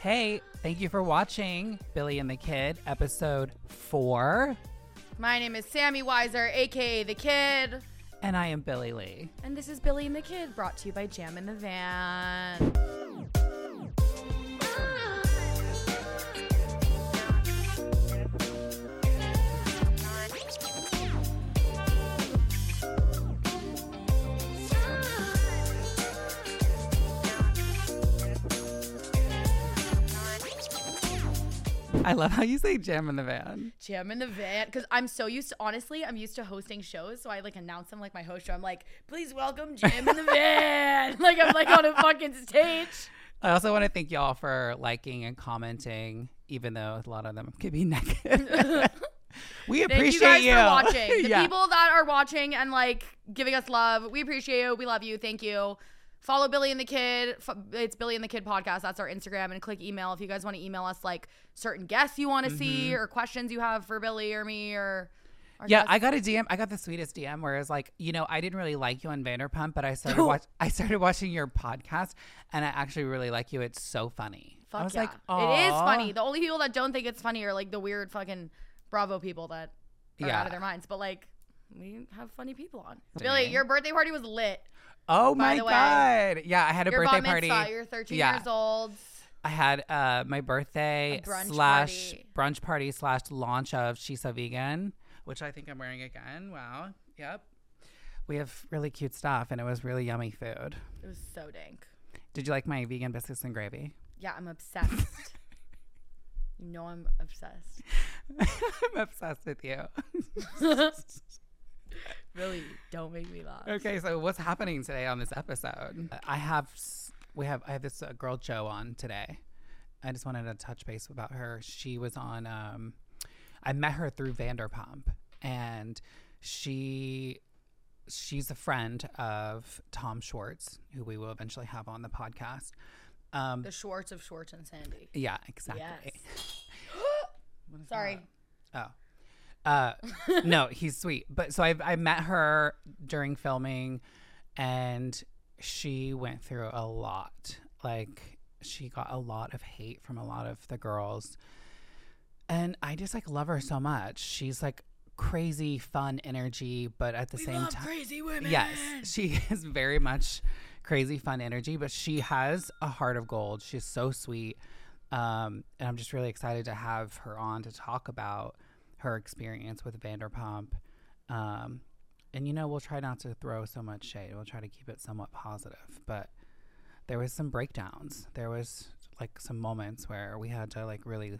Hey, thank you for watching Billy and the Kid, episode four. My name is Sammy Weiser, aka The Kid. And I am Billy Lee. And this is Billy and the Kid, brought to you by Jam in the Van. I love how you say jam in the van. Jam in the Van. Because I'm so used to, honestly, I'm used to hosting shows. So I like announce them like my host show. I'm like, please welcome Jam in the Van. like I'm like on a fucking stage. I also want to thank y'all for liking and commenting, even though a lot of them could be negative. we Thank appreciate you guys for watching. The yeah. people that are watching and like giving us love, we appreciate you. We love you. Thank you. Follow Billy and the Kid. F- It's Billy and the Kid podcast. That's our Instagram. And click email if you guys want to email us like certain guests you want to see or questions you have for Billy or me or. our Mm-hmm. yeah, guests. I got a DM. I got the sweetest DM where it's like, you know, I didn't really like you on Vanderpump, but I started watch. I started watching your podcast, and I actually really like you. It's so funny. I Fuck was yeah. like, it is "Aw." funny. The only people that don't think it's funny are like the weird fucking Bravo people that are Yeah. out of their minds. But like, we have funny people on. Dang. Billy, your birthday party was lit. Oh by my the way. god! Yeah, I had a your birthday bat party. mitzvah. You're 13 Yeah. years old. I had uh, my birthday A brunch slash party. brunch party slash launch of She's So Vegan, which I think I'm wearing again. Wow. Yep. We have really cute stuff, and it was really yummy food. It was so dank. Did you like my vegan biscuits and gravy? Yeah, I'm obsessed. you know I'm obsessed. I'm obsessed with you. Really, don't make me laugh. Okay, so what's happening today on this episode? I have s- we have I have this uh, girl Joe on today. I just wanted to touch base about her. She was on. Um, I met her through Vanderpump, and she she's a friend of Tom Schwartz, who we will eventually have on the podcast. Um, The Schwartz of Schwartz and Sandy. yeah, exactly. Yes. Sorry. Oh. Uh, no, he's sweet. But so I I met her during filming and she went through a lot. Like she got a lot of hate from a lot of the girls. And I just like love her so much. She's like crazy fun energy, but at the same time crazy women. Yes, she is very much crazy fun energy, but she has a heart of gold. She's so sweet. Um, and I'm just really excited to have her on to talk about her experience with Vanderpump. Um, and you know, we'll try not to throw so much shade. We'll try to keep it somewhat positive, but there was some breakdowns. There was like some moments where we had to like really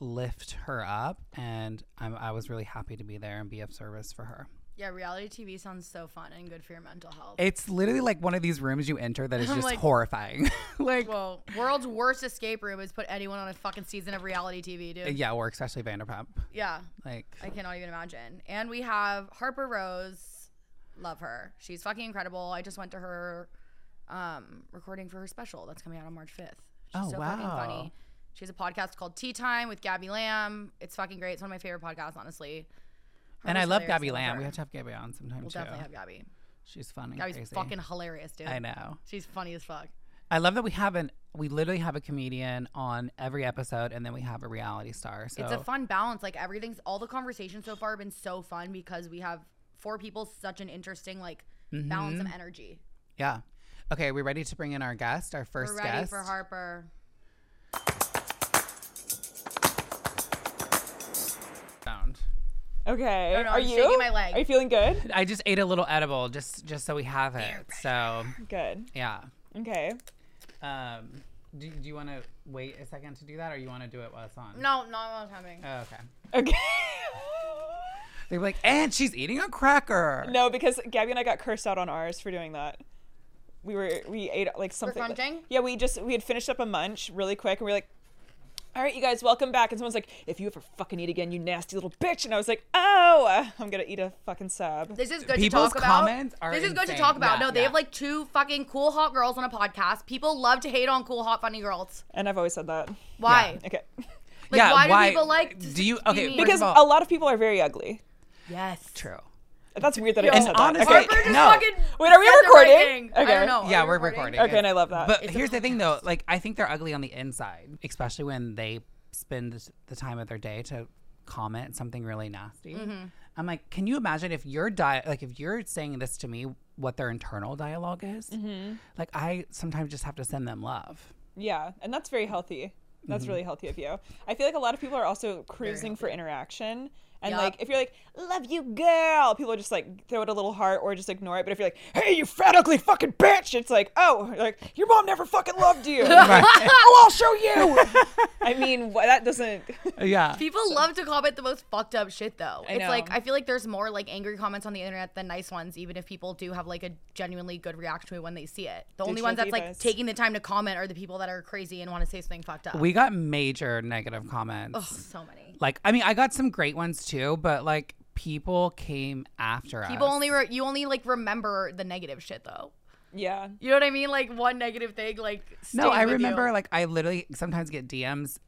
lift her up and I'm, I was really happy to be there and be of service for her. Yeah, reality TV sounds so fun and good for your mental health. It's literally like one of these rooms you enter that is I'm just like- horrifying. like, Whoa, world's worst escape room is put anyone on a fucking season of reality TV, dude. Uh, yeah, or especially Vanderpump. Yeah, Like, I cannot even imagine. And we have Harper Rose. Love her. She's fucking incredible. I just went to her um, recording for her special that's coming out on March 5th. She's Oh, so fucking wow. funny. She has a podcast called Tea Time with Gabby Lamb. It's fucking great. It's one of my favorite podcasts, honestly. and I Harper's love hilarious. Gabby love Lamb. her. We have to have Gabby on sometime We'll too. definitely have Gabby. She's fun and Gabby's crazy. fucking hilarious, dude. I know. She's funny as fuck. I love that we have an. We literally have a comedian on every episode, and then we have a reality star. So It's a fun balance. Like everything's all the conversations so far have been so fun because we have four people such an interesting like balance Mm-hmm. of energy. yeah. Okay, we're ready to bring in our guest, our 1st We're ready guest. for Harper. Sound. Okay. Oh, no, are I'm you? shaking my leg. Are you feeling good? I just ate a little edible just just so we have it. So Good. yeah. Okay. Um, do, do you want to wait a second to do that, or you want to do it while it's on? No, not what's happening. Oh, okay. Okay. They were like, and she's eating a cracker. no, because Gabby and I got cursed out on ours for doing that. We were we ate like something. that- crunching? yeah, we just we had finished up a munch really quick, and we were like, "All right, you guys, welcome back." And someone's like, "If you ever fucking eat again, you nasty little bitch!" And I was like, "Oh, I'm gonna eat a fucking sub." This is good People's to talk about. comments are this is good to insane. talk about. Yeah, no, they have yeah. like two fucking cool hot girls on a podcast. People love to hate on cool hot funny girls. And I've always said that. Why? Okay. Like, why do people like to do you? be Okay, mean? first Because of a all, lot of people are very ugly. Yes. true. That's weird that Yo, I just said that. honestly- Okay. Harper just No. fucking Wait, are we said the right recording? thing. I Okay. don't know. Are Yeah, we we're recording. Okay. it. Okay, and I love that. But It's a here's the thing, though. Like, I think they're ugly on the inside, especially when they spend th- the time of their day to comment something really nasty. Mm-hmm. I'm like, can you imagine if your di- like if you're saying this to me, what their internal dialogue is? Mm-hmm. Like, I sometimes just have to send them love. Yeah, and that's very healthy. That's really healthy of you. I feel like a lot of people are also cruising for interaction. And Yup. like, if you're like, love you, girl, people just like throw it a little heart or just ignore it. But if you're like, hey, you fat, ugly fucking bitch, it's like, oh, like, your mom never fucking loved you. oh, I'll show you. I mean, wh- that doesn't. Yeah. People love to comment the most fucked up shit though. I it's know. like I feel like there's more like angry comments on the internet than nice ones, even if people do have like a genuinely good reaction to it when they see it. The only Digital ones that's like divas. taking the time to comment are the people that are crazy and want to say something fucked up. We got major negative comments. Ugh, so many. Like, I mean, I got some great ones too, but like, people came after us. People only re- you only like remember the negative shit though. Yeah. You know what I mean? Like one negative thing, like No, stays I with remember you. like I literally sometimes get DMs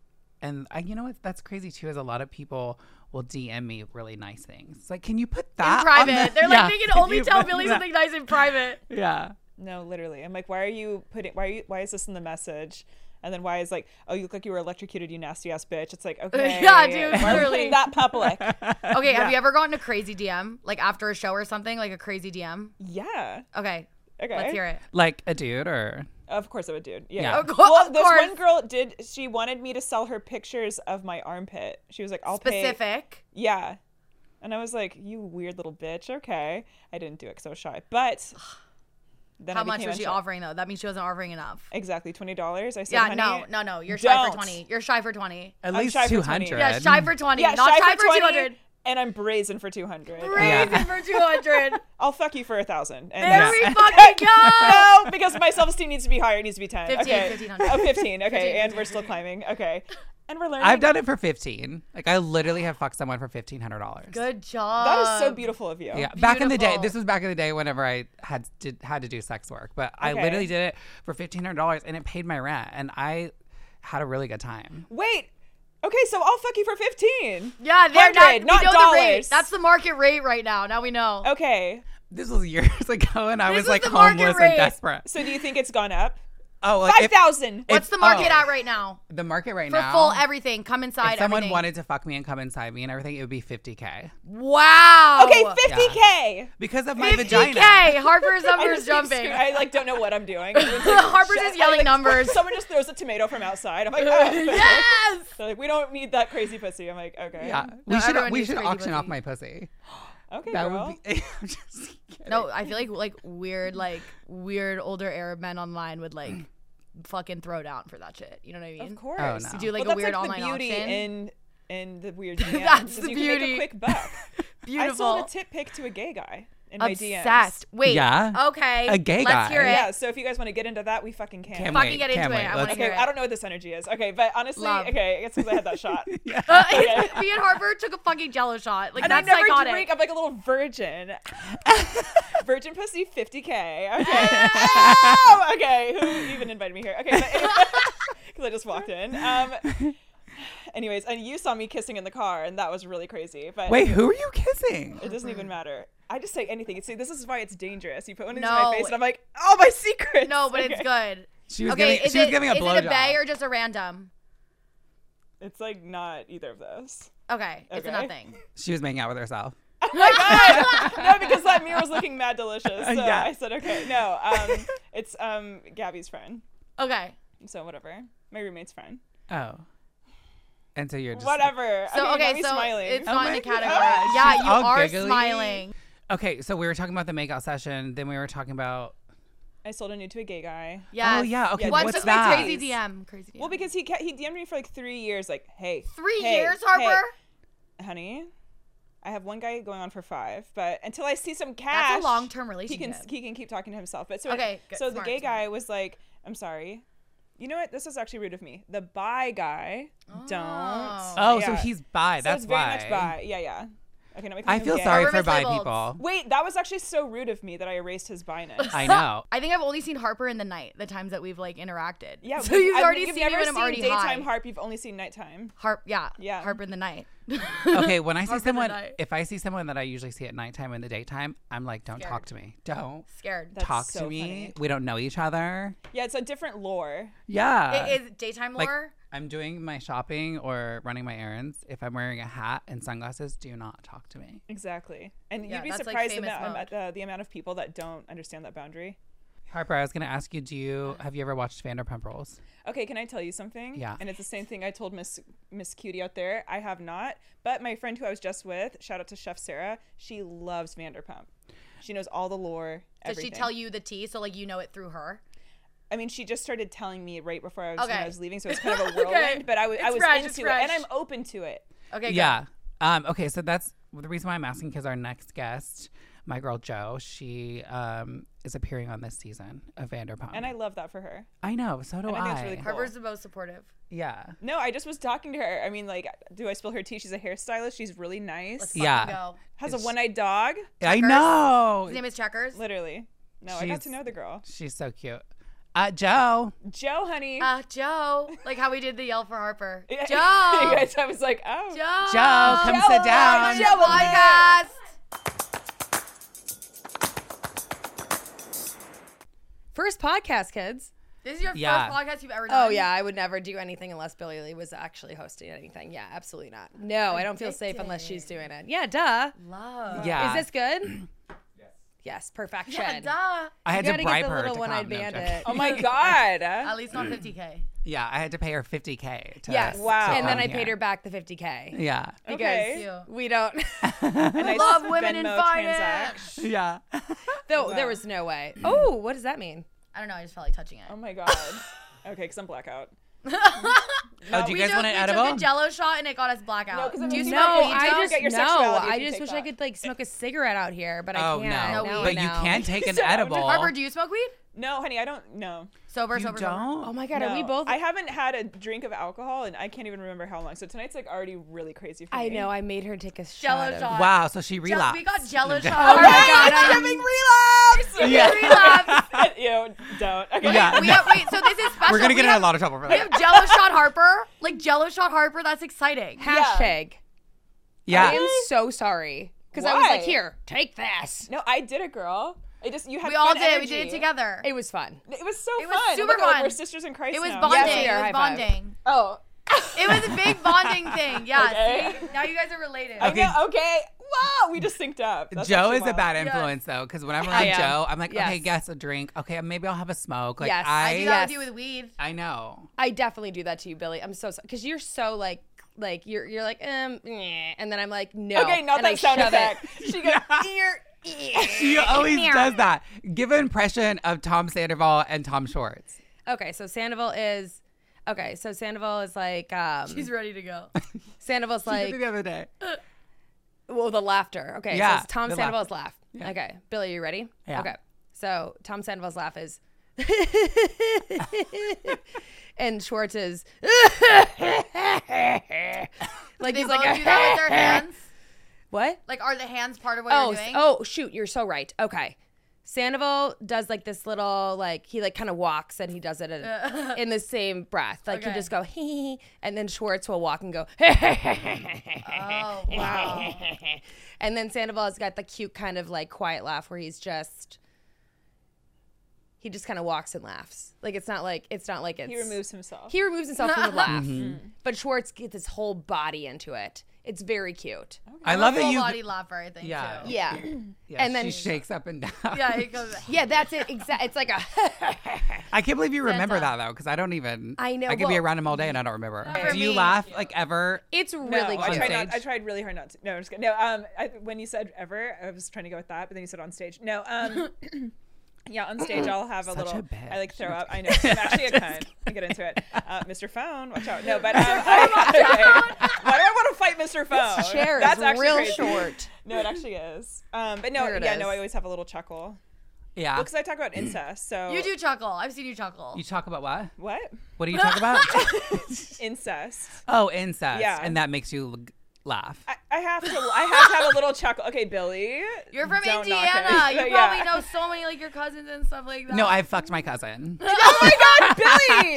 and I, you know what that's crazy too is a lot of people will DM me really nice things. It's like, can you put that in on private. the- They're Yeah, like they can only you tell put Billy that- something nice in private. Yeah. No, literally. I'm like, why are you putting? Why are you? Why is this in the message? And then why is like, oh, you look like you were electrocuted, you nasty ass bitch. It's like, okay, dude, why are we literally. putting that public? Okay, have you ever gotten a crazy DM like after a show or something, like a crazy DM? yeah. Okay, Okay. let's hear it. Like a dude or Of course, I'm a dude. Yeah. Yeah. Of co- Well, of this course. one girl did. She wanted me to sell her pictures of my armpit. She was like, "I'll pay." Specific. Yeah. And I was like, "You weird little bitch." Okay, I didn't do it because I was shy. But then I How much became was a she shy- offering though? That means she wasn't offering enough. Exactly twenty dollars. I said, Yeah, "Honey, no, no, no. You're shy for don't. twenty. You're shy for twenty. at I'm least shy for two 20. hundred. Yeah, shy for twenty, Yeah, not shy, shy for, for two 20, hundred. and I'm brazen for two hundred. Crazy Yeah. for two hundred. I'll fuck you for a thousand. And There we that's- fucking go. no, because my self esteem needs to be higher. It needs to be 10. 15, okay. 1500. Oh, 15. Okay. 15, and we're still climbing. Okay. And we're learning. I've done it for fifteen. Like I literally have fucked someone for fifteen hundred dollars. Good job. that is so beautiful of you. um, Yeah, back in the day. Beautiful. This was back in the day whenever I had did had to do sex work, but I Okay. literally did it for fifteen hundred dollars and it paid my rent, and I had a really good time. Wait. Okay. So I'll fuck you for 15. Yeah, they're not, 100, we not know the rate. dollars. Oh, That's the market rate right now. Now we know. Okay. This was years ago, and I This was is like the market homeless rate. and desperate. So do you think it's gone up? Oh, like if- 5,000. What's if- the market oh. at right now? the market right For now full everything, come inside. if someone everything. wanted to fuck me and come inside me and everything, it would be 50k Wow. Okay. 50K. because of my 50K. vagina. Harper's I numbers just keep jumping. screaming. I like don't know what I'm doing. Everyone's like, Harper's "Shit." just I, yelling like, numbers. Someone just throws a tomato from outside. I'm like, oh. yes. They're like, we don't need that crazy pussy. I'm like, okay. Yeah, we No, should everyone we needs should crazy auction off pussy. my pussy. Okay, That girl. would be. I'm just kidding. No, I feel like like weird like weird older Arab men online would like fucking throw down for that shit. You know what I mean? Of course. Oh, no. Do like Well, a weird that's like online the beauty auction. in in the weird DMs That's is the you can beauty. make a quick buck. I Beautiful. sold a tip pick to a gay guy in my DMs. Obsessed. Wait. Yeah? Okay. A gay Let's guy. hear it. Yeah, so if you guys want to get into that, we fucking can. Can't Fucking wait, get can't into it. wait. I Let's- wanna Okay, hear it. I don't know what this energy is. Okay, but honestly, Love. okay, I guess because I had that shot. Uh, it's- me and Harper took a fucking Jello shot. Like And I that's never psychotic. drink. I'm like a little virgin. virgin pussy, 50k. Okay. Oh, okay. Who even invited me here? Okay, because I just walked in. Um. Anyways, and you saw me kissing in the car, and that was really crazy. But Wait, who are you kissing? It doesn't even matter. I just say anything. See, this is why it's dangerous. You put one of these No. in my face, and I'm like, "Oh, my secrets." no, but it's Okay. good. She was okay, giving is she was it- giving a is it a bay blowjob. or just a random? It's like not either of those. Okay, it's a Okay. Oh nothing. She was making out with herself. no, because that mirror was looking mad delicious. So Uh, Yeah. I said, "Okay, no." Um, it's um Gabby's friend. Okay. So whatever. My roommate's friend. Oh, and so you're just Whatever. So okay, now he's so smiling. it's Oh not in my the category. gosh, Yeah, she's you all are giggly. Oh, smiling. Okay, so we were talking about the makeout session. Then we were talking about I sold a nude to a gay guy. Yeah. oh yeah, okay, Yeah, What's, what's just that? my crazy DM? Crazy DM. Well, because he kept, he DM'd me for like three years. Like, hey, three hey, years, hey, Harper. honey. I have one guy going on for five, but until I see some cash, That's a long-term he can relationship. he can keep talking to himself. But so Okay, good, so smart, the gay smart. guy was like, "I'm sorry." You know what? This is actually rude of me. The bi guy don't. Oh. Oh, so yeah. Oh, he's bi. So that's it's very why. much bi. Yeah, yeah. Okay, now I, think I I'm feel gay. sorry Our for roommate's bi labeled. people. Wait, that was actually so rude of me that I erased his binus. I know. I think I've only seen Harper in the night, the times that we've like interacted. Yeah, so but you've I've- already you've seen me never when I'm seen already daytime high. harp. You've only seen nighttime. Harp, yeah, Yeah. Harper in the night. Okay, when I see Harper the someone, night. if I see someone that I usually see at nighttime in the daytime, I'm like, don't talk Scared. to me. Don't Scared. That's talk so to me. funny. We don't know each other. Yeah, it's a different lore. Yeah. it is daytime like, lore. I'm doing my shopping or running my errands. If I'm wearing a hat and sunglasses, do not talk to me. Exactly. And Yeah, you'd be that's, like, surprised famous at mode. the, the amount of people that don't understand that boundary. Harper, I was gonna ask you, do you have you ever watched Vanderpump Rules? Okay, can I tell you something? Yeah. And it's the same thing I told Miss Miss Cutie out there. I have not, but my friend who I was just with, shout out to Chef Sarah, she loves Vanderpump. She knows all the lore. Does she tell you the tea so like you know it through her? I mean, she just started telling me right before I was when Okay. I was leaving, so it's kind of a Okay. whirlwind. But I was I It's was fresh, it's into it, and fresh. I'm open to it. Okay. good. Yeah. Um, okay, so that's the reason why I'm asking because our next guest, my girl Jo, she um, is appearing on this season of Vanderpump. And I love that for her. I know, so do and I I. think it's really cool. Harper's the most supportive. Yeah. No, I just was talking to her. I mean, like, do I spill her tea? She's a hairstylist. She's really Let's nice. fucking Yeah. go. Has a one-eyed dog. I Checkers. know. His name is Checkers. Literally. No, I got to She's- know the girl. She's so cute. Uh, Joe. Joe, honey. Uh, Joe. Like how we did the yell for Harper. Joe. Yeah. you Joe. guys, I was like, oh. Joe, come Joe, sit down. Joe, Joe podcast. First podcast, kids. This is your Yeah. first podcast you've ever done. Um, Oh yeah, I would never do anything unless Billy Lee was actually hosting anything. Yeah, absolutely not. No, I don't feel safe unless she's doing it. Yeah, duh. Love. Yeah. Is this good? yes. perfection. Yeah, duh. I had you to gotta get bribe the her. little to come. one-eyed No, I'm joking. bandit. Oh my God. At least not 50k. Yeah, I had to pay her 50k. To, Yes. to Wow. And then come I paid here. her back the 50k Yeah. because Okay. Cute. we don't. A nice Love women in Venmo finance. transaction. Yeah. though there was no way. Oh, what does that mean? I don't know. I just felt like touching it. Oh my God. Okay, because I'm blackout. oh, do you we guys took, want an we edible? took a Jello shot and it got us blackout. No, 'cause it Do you makes smoke you No, weed, I Joe? don't just get your no. sexuality if I you just take wish I that. could like smoke a cigarette out here, but I oh can't. no. No, Now I but you know. can take an So, I'm edible. just- Harper, do you smoke weed? No, honey, I don't know. Sober, you sober, sober. don't. Oh my god, are we both? I haven't had a drink of alcohol, and I can't even remember how long. So tonight's like already really crazy for me. I know. I made her take a shot. Jello of- shot. Wow. So she Jell- relapsed. we got Jello shot. Oh my god, I'm Relapse. Yeah. Relapse. Ew, don't. Okay. Yeah. We have, wait, so this is special. We're gonna We get in have, a lot of trouble for We that. have Jello shot Harper. Like Jello shot Harper. That's exciting. Hashtag. I Yeah. am so sorry. Because I was like, Why? here, take this. No, I did it, girl. It just you had. We all fun did. Energy. We did it together. It, It was fun. It was so It was fun. super Look, like, fun. We're sisters in Christ was now. bonding. it we are. High was five. bonding. Oh. It was a big bonding thing. Yeah. Okay. See? Now you guys are related. Okay. No, okay. Wow. We just synced up. That's Joe actually is a wild. bad Yes. influence though, because whenever I I'm am. Joe, I'm like, okay, Yes. guess a drink. Okay, maybe I'll have a smoke. Like Yes. I, I I do that with Yes. you with weed. I know. I definitely do that to you, Billy. I'm so sorry. Because you're so like, like you're you're like, um, meh, and then I'm like, no. Okay, not and that I sound shove it. effect. She goes. Ear, ear. She always does that. Give an impression of Tom Sandoval and Tom Schwartz. Okay, so Sandoval is. Okay, so Sandoval is like, um, She's ready to go. Sandoval's like, the other day. well, the laughter. Okay, Yeah, so it's Tom the Sandoval's laugh. Okay, Billy, you ready? Yeah. Okay, so Tom Sandoval's laugh is, and Schwartz is, like They he's both like, "Oh, do that with their hands. what? Like, are the hands part of what Oh, you're doing? oh, shoot, you're so right. Okay. Sandoval does like this little like he like kind of walks and he does it in, in the same breath. Like he Okay. he just go hee hee, hee," and then Schwartz will walk and go Oh, wow. and then Sandoval has got the cute kind of like quiet laugh where he's just he just kind of walks and laughs. Like it's not like it's not like it's He removes himself. he removes himself from the laugh, but Schwartz gets his whole body into it. It's very cute. I love that Full you. body lover, I think. Yeah. Too. Yeah, Yeah, and then- she shakes up and down. Yeah. It goes. yeah, that's it. Exactly. It's like a. I can't believe you remember Santa. that though, because I don't even. I know, I could be well- around him all day and I don't remember. For Do you me- laugh like ever? It's No, really I on cute. tried, not, I stage? tried really hard not to. No, I'm just kidding. No, um, I, when you said ever, I was trying to go with that, but then you said on stage. No, um, yeah, on stage I'll have a Such little. a bitch. I like throw up. I know. I'm actually a cunt. I get into it. Uh, Mr. Phone, watch out. No, but um, I, okay. why do I want to fight Mr. Phone? This chair That's is actually real crazy. short. No, it actually is. Um, but no, There it yeah, no, is. Ah. I always have a little chuckle Yeah. because I talk about incest. So You do chuckle. I've seen you chuckle. You talk about what? what? What do you talk about? Incest. oh, incest. Yeah. And that makes you laugh. I, I have to. I have to have a little chuckle. Okay, Billy. You're from don't knock it. Indiana. You But probably yeah. know so many like your cousins and stuff like that. No, I fucked my cousin. Oh my God, Billy.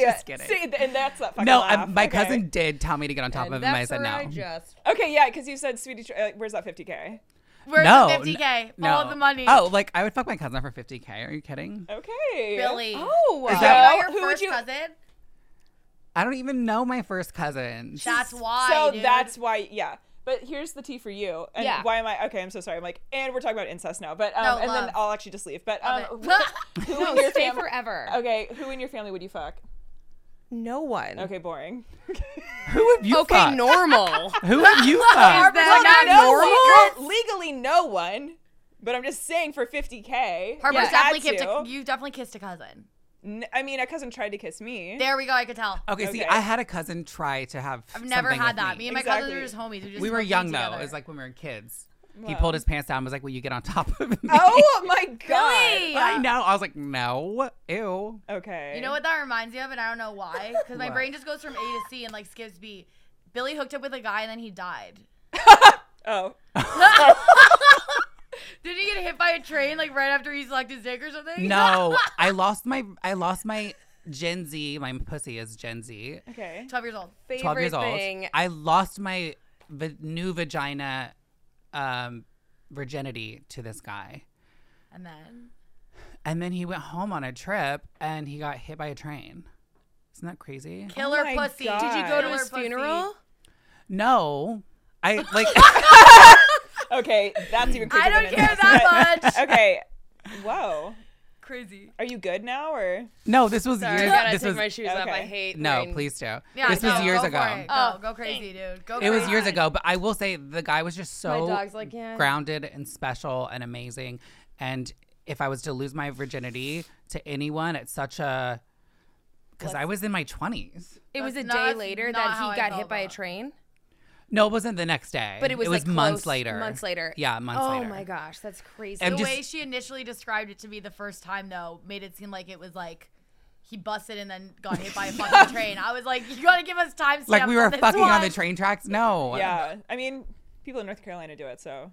Just kidding. See, th- and that's that fucking No, I, laugh. my Okay. cousin did tell me to get on top of And him. that's I said where no. I just Okay, yeah, because you said sweetie. Tr- uh, where's that 50k? Where's no, the 50k? no. All of the money. Oh, like I would fuck my cousin for 50k. Are you kidding? Okay. Billy. Oh. Is Do you that- know your who would first you? cousin? I don't even know my first cousin. That's why. so dude. that's why. Yeah. But here's the tea for you. And Yeah. why am I? Okay, I'm so sorry. I'm like, and we're talking about incest now. But um, No, and love. then I'll actually just leave. But um, Love wh- who in your stay family? forever. Okay, who in your family would you fuck? No one. Okay, boring. Who have you Okay, fucked? normal. Who have you fucked? Harper- Well, not no, normal. secret. Girl, legally, no one. But I'm just saying, for 50k, Harper's you Yeah. definitely had kissed. A, to. you definitely kissed a cousin. N- I mean, a cousin tried to kiss me. There we go. I could tell. Okay, see, Okay. I had a cousin try to have. I've never something with had that. Me, Me. and my cousins are just Exactly. homies. We, just we were smoked weed young though. together. It was like when we were kids. He Wow. pulled his pants down. and Was like, "Will you get on top of me?" Oh my god. Really? I know. I was like, "No, ew." Okay. You know what that reminds me of, and I don't know why, because my What? brain just goes from A to C and like skips B. Billy hooked up with a guy and then he died. Oh. Did he get hit by a train like right after he sucked his dick or something? No, I lost my. I lost my Gen Z. My pussy is Gen Z. Okay. Twelve years old. Favorite Twelve years thing. old. I lost my v- new vagina, um, virginity to this guy, And then and then he went home on a trip and he got hit by a train. Isn't that crazy? killer my pussy. God. Did you go to his funeral? funeral? No, I like. Okay, that's even crazier I don't than it care is, that but- much. Okay. Whoa. Crazy. Are you good now or? no, this was Sorry, I years. gotta this take was my shoes off. I Okay. hate. no. wearing- Please do. Yeah, this was no, years go ago. For it. Go, Oh, go crazy, dude. Go. It was crazy. years ago, but I will say the guy was just so My dog's like, yeah. grounded and special and amazing. And if I was to lose my virginity to anyone at such a because I was in my twenties. It was a That's day not- later not that how I he got felt hit by a about it. train. No, it wasn't the next day. But it was, it was like, months close- later. months later. Yeah, months Oh later. my gosh, that's crazy. And The just- way she initially described it to me the first time though made it seem like it was like he busted and then got hit by a fucking train. I was like, you gotta give us time. Like we were this fucking on the one." train tracks. No. Yeah. I mean, people in North Carolina do it, so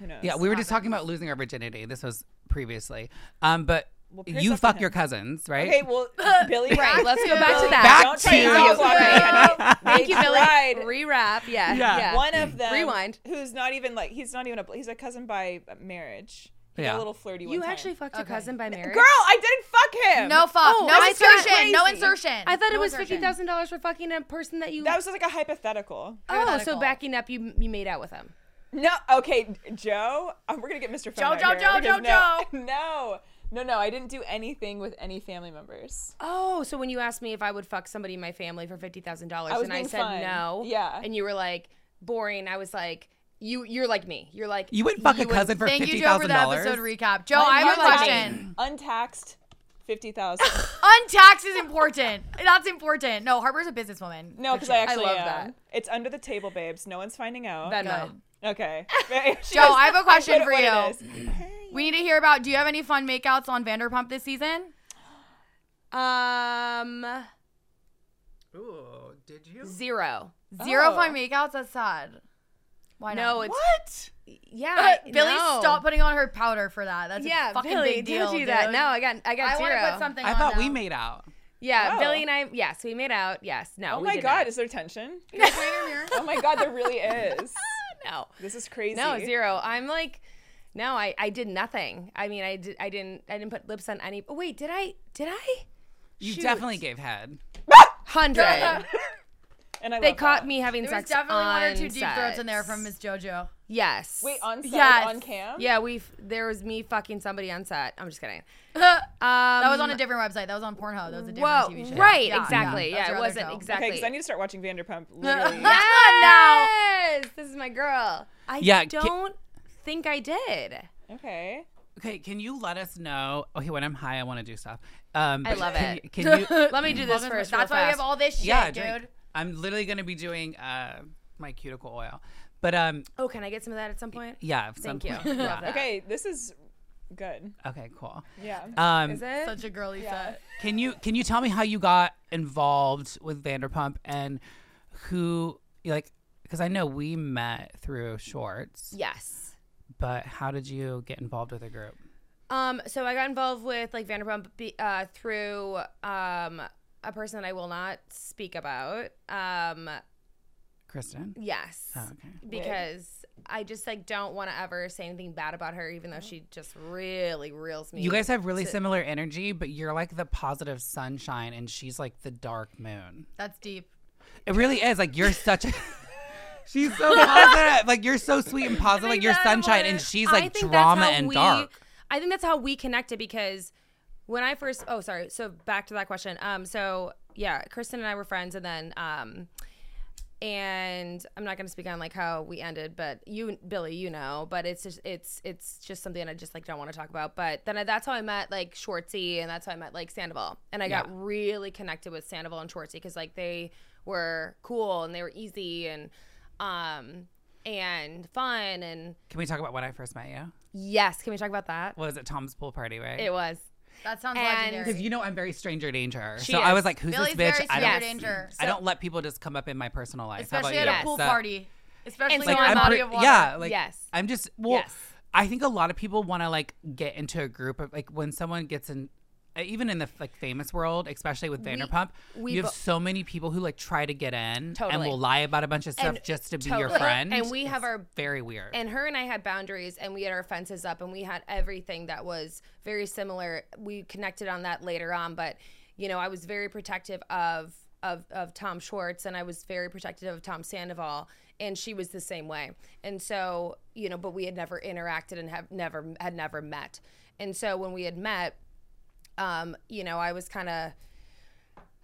who knows? Yeah, we were just talking about losing our virginity. This was previously. Um, but here's you up to fuck your him. cousins, right? Okay, well, Billy. right, let's go back to Billy, that. Back Don't try to to you. outlaw me, honey. Thank you, They Billy. tried. Rewrap. Yeah. Yeah. Yeah. One of them. Rewind. Who's not even like he's not even a he's a cousin by marriage. He's Yeah. a little flirty. You one time. actually fucked your Okay. cousin by marriage. Girl, I didn't fuck him. No fuck. Oh, no I thought- insertion. No crazy. insertion. I thought it No was insertion. fifty thousand dollars for fucking a person that you. That was just like a hypothetical. oh, so hypothetical. backing up, you you made out with him. No, okay, Joe. uh, we're gonna get Mr. Phone Joe, out Joe, here Joe, because Joe, no, No, no, no. I didn't do anything with any family members. Oh, so when you asked me if I would fuck somebody in my family for fifty thousand dollars, I was and I being said fun. no, Yeah. and you were like boring. I was like, you, you're like me. You're like You wouldn't fuck a would- cousin for Thank fifty you, Joe, thousand for the episode dollars. recap. Joe, Oh, I have a like question. Untaxed, fifty thousand. Untaxed is important. That's important. No, Harper's a businesswoman. No, because I actually love am. that. It's under the table, babes. No one's finding out. Venmo. Good. okay. Joe, I have a question for you. We need to hear about. Do you have any fun makeouts on Vanderpump this season? Um, Ooh, did you? zero. Zero Oh. fun makeouts. That's sad. Why not? No, it's What? yeah. I- Billy, no. stop putting on her powder for that. That's Yeah, a fucking Billy, big deal. don't do that. dude. No, I got I got I zero. want to put something. I on thought we now. made out. Yeah, Oh. Billy and I. Yes, we made out. Yes, no. Oh we my did God, not. is there tension? Can I bring her here? Oh my God, there really is. no, This is crazy. no zero. I'm like, no, I I did nothing. I mean, I did I didn't I didn't put lips on any. Oh, wait, did I? Did I? You Shoot. definitely gave head. Hundred. And I they love caught that. me having There was sex definitely on one or two deep throats in there set. from Miss JoJo. Yes. Wait, on set, Yes. on cam. Yeah, we. have There was me fucking somebody on set. I'm just kidding. that Um, that was on a different website. That was on Pornhub. That was a different Whoa, TV show. right? Yeah, That's exactly. your Yeah, it other wasn't show. exactly. Okay, because I need to start watching Vanderpump. Literally. Yeah. Yes, this is my girl. I Yeah, ki- don't think I did. okay. Okay, can you let us know? Okay, when I'm high, I want to do stuff. Um, I but love can, it. Can you? Let me do this That's first. why we have all this shit, yeah, drink. dude. I'm literally gonna be doing uh, my cuticle oil, but um, Oh, can I get some of that at some point? yeah. at some Thank you. point- Love Yeah. that. Okay, this is good. Okay, cool. Yeah. Um, Is it? Such a girly set. can you can you tell me how you got involved with Vanderpump and who like? because I know we met through shorts, Yes. but how did you get involved with a group? Um, so I got involved with like Vanderpump be- uh, through um, a person that I will not speak about. Um, Kristen? yes, Oh, okay. because I just like don't want to ever say anything bad about her, even though she just really reels me. Mm-hmm. You guys have really similar energy, but you're like the positive sunshine and she's like the dark moon. That's deep. It really is. Like you're such a She's so positive. Like you're so sweet and positive. Like you're that sunshine and was- she's I like think that's drama how and we- dark. I think that's how we connected because when I first oh sorry so back to that question um so yeah Kristen and I were friends and then um and I'm not gonna speak on like how we ended but you Billy you know but it's just it's it's just something I just like don't want to talk about but then I, that's how I met like Schwartzy and that's how I met like Sandoval and I Yeah. got really connected with Sandoval and Schwartzy because like they were cool and they were easy and um and fun and Can we talk about when I first met you? Yes. Can we talk about that? What was it? Tom's pool party, right? It was. That sounds And- Because legendary. you know I'm very stranger danger. She so I is. was like, who's Billy's this bitch? very I stranger don't, danger. I don't let people just come up in my personal life. Especially How at about a you? pool So- party. Especially so like, I'm on a body pre- of water. Yeah, like Yes. I'm just well. Yes. I think a lot of people want to like get into a group of like when someone gets in, even in the like famous world, especially with Vanderpump, we you have bo- so many people who like try to get in and Totally. will lie about a bunch of stuff And just to be your totally. friend. And we have It's our- very weird. And her and I had boundaries and we had our fences up and we had everything that was very similar. We connected on that later on, but you know, I was very protective of of, of Tom Schwartz and I was very protective of Tom Sandoval and she was the same way. And so, you know, but we had never interacted and have never had never met. And so when we had met, um, you know, I was kind of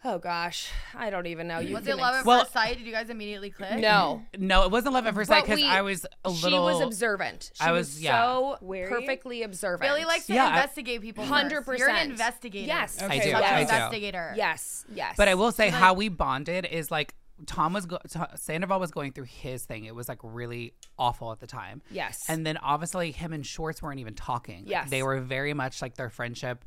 oh gosh, I don't even know. You Was can it love at Well- first sight? Did you guys immediately click? No. no, it wasn't love at first sight because But we- I was a little. She was observant. She I was, was- yeah. so Wary? perfectly observant. Billy likes to Yeah, I- investigate people. Hundred 100%. percent. You're an investigator. Yes. Okay, I do, You're such an I do. Investigator. Yes. Yes. But I will say how we bonded is like Tom was go- T- Sandoval was going through his thing. It was like really awful at the time. Yes. And then obviously him and Schwartz weren't even talking. Like, Yes. They were very much like their friendship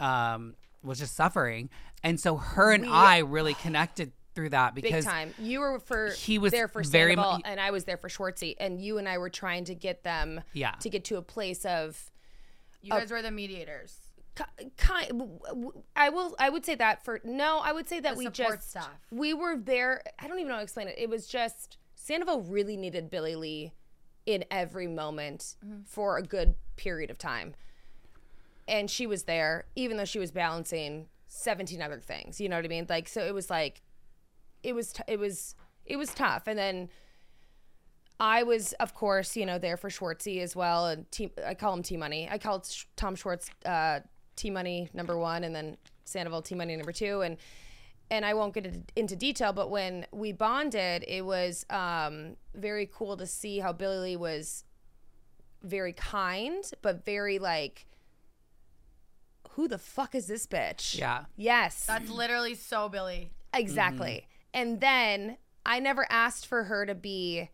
um was just suffering. And so her and I really connected through that big because time. You were for he was there for very mu- Sandoval, and I was there for Schwartzy, and you and I were trying to get them Yeah. to get to a place of You guys Oh. were the mediators. kind. I will. I would say that for no. I would say that we support just staff. we were there. I don't even know how to explain it. It was just Sandoval really needed Billy Lee in every moment Mm-hmm. for a good period of time. and she was there even though she was balancing 17 other things you know what i mean like so it was like it was t- it was it was tough and then i was of course you know there for schwartzy as well and team i call him t money i called Sh- tom schwartz uh t money number one and then sandoval t money number two and and i won't get into- into detail but when we bonded it was um very cool to see how billy Lee was very kind but very like who the fuck is this bitch? Yeah. Yes. That's literally so Billy. Mm-hmm. exactly. And then I never asked for her to be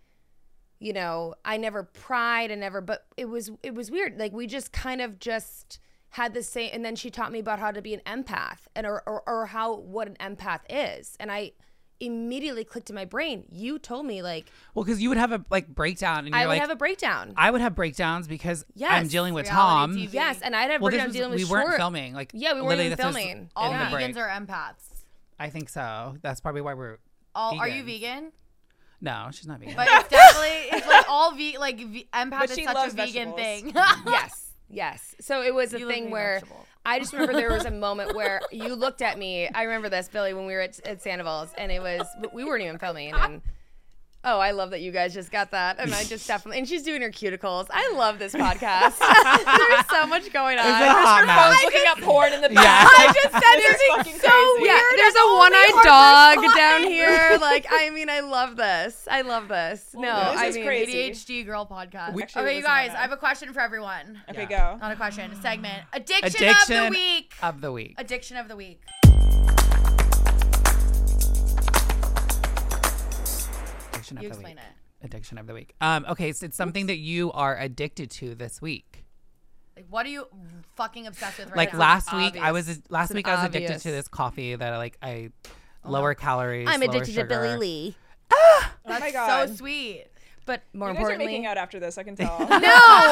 you know, I never pried and never but it was it was weird. Like we just kind of just had the same and then she taught me about how to be an empath and or or, or how what an empath is. And I immediately clicked in my brain. You told me like Well, because you would have a like breakdown and you're I would like have a breakdown. I would have breakdowns because I'm Yes, dealing with Tom. reality TV. yes, and I'd have a Well, this breakdown was, dealing with we weren't Schwartz. filming. Like Yeah, we weren't literally even this was filming. All in the vegans break. are empaths. I think so. That's probably why we're. All are you Vegans. vegan? No, she's not vegan. But it's definitely it's like all ve- like ve- empath But is she such loves a vegan vegetables. thing. Yes. Yes. So it was a You love thing being where vegetable. I just remember there was a moment where you looked at me. I remember this, Billy, when we were at, at Sandoval's, and it was we weren't even filming. And oh, I love that you guys just got that, and I just definitely and she's doing her cuticles. I love this podcast. There's so much going on. It's a hot mess. looking up porn in the Yeah. back. I just said This is something fucking so crazy. weird. Yeah, there's a one-eyed dog down here. Like, I mean, I love this. I love this. No, this I is mean, crazy. ADHD girl podcast. We- Actually, okay, you listen to guys, that. I have a question for everyone. Okay, Yeah. go. Oh Not a question, a segment. Addiction, of the Addiction week. of the week. Addiction of the week. Addiction of You the explain week. it. Addiction of the week. Um, okay, so it's something that you are addicted to this week. Like, what are you fucking obsessed with right Like now? Oh, last week, I obvious. was last week I was addicted obvious. to this coffee that I like I lower calories. I'm lower addicted to sugar. Billy Lee. Oh my That's god. so sweet. But more you guys are importantly, making out after this. I can tell. no,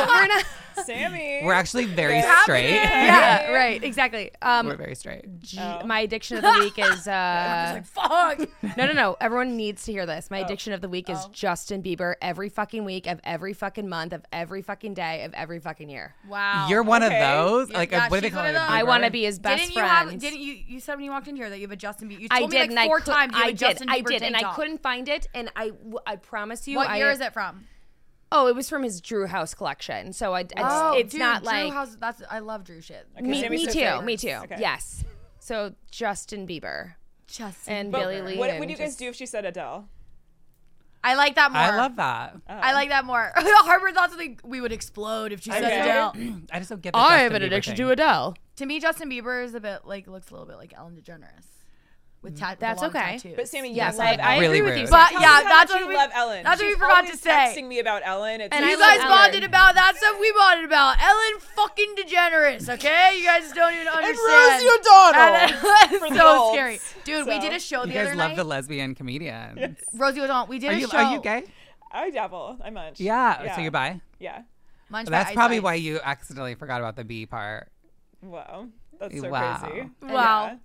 we're not. Sammy. We're actually very Yeah. straight. Yeah. yeah, right, exactly. We're Um, very straight. j- Oh. my addiction of the week is uh, Fuck. no, no, no. Everyone needs to hear this. Oh. My addiction of the week is Justin Bieber. Every fucking week of every fucking month of every fucking day of every fucking year. Wow. You're one okay. of those. Like, yeah, uh what do they she's call one it? of those. I Bieber? want to be his best didn't you friend. have? Didn't you? You said when you walked in here that you have a Justin Bieber. You I told me did, and like four I cou- times. You I have a did. Justin Bieber I did, and I TikTok. couldn't find it. And I, w- I promise you, What I, year is it from? Oh, it was from his Drew House collection. So I, I it's, Oh, it's Oh, dude, not Drew like House- that's I love Drew shit. me, Sammy me says too, yours. me too. Okay. Yes. So Justin Bieber Justin. and But Billy Lee. What and would you guys just- do if she said Adele? I like that more. I love that. I like that more. Harper thought something we would explode if she said Okay. Adele. I just don't get. I have an addiction to Adele. To me, Justin Bieber is a bit like looks a little bit like Ellen DeGeneres with tat. with That's long okay. tattoos. But Sammy, you Yes, love I, Ellen. I Really agree with you. rude. But Tell me yeah, how that's much what you we love Ellen. that's what She's we forgot always to say. Texting me about Ellen. It's And like- you I love guys Ellen. bonded about that stuff. We bonded about Ellen fucking DeGeneres. Okay, you guys don't even understand. O'Donnell. That's for the so olds. scary, dude. We So- did a show the You guys other love night. the lesbian comedian. Rosie O'Donnell. We did Are a you show. are you gay? I dabble. I munch. Yeah. So you're bi. Yeah. Munch by That's Ice probably Ice. why you accidentally forgot about the B part. Wow. That's so Wow. crazy. Wow.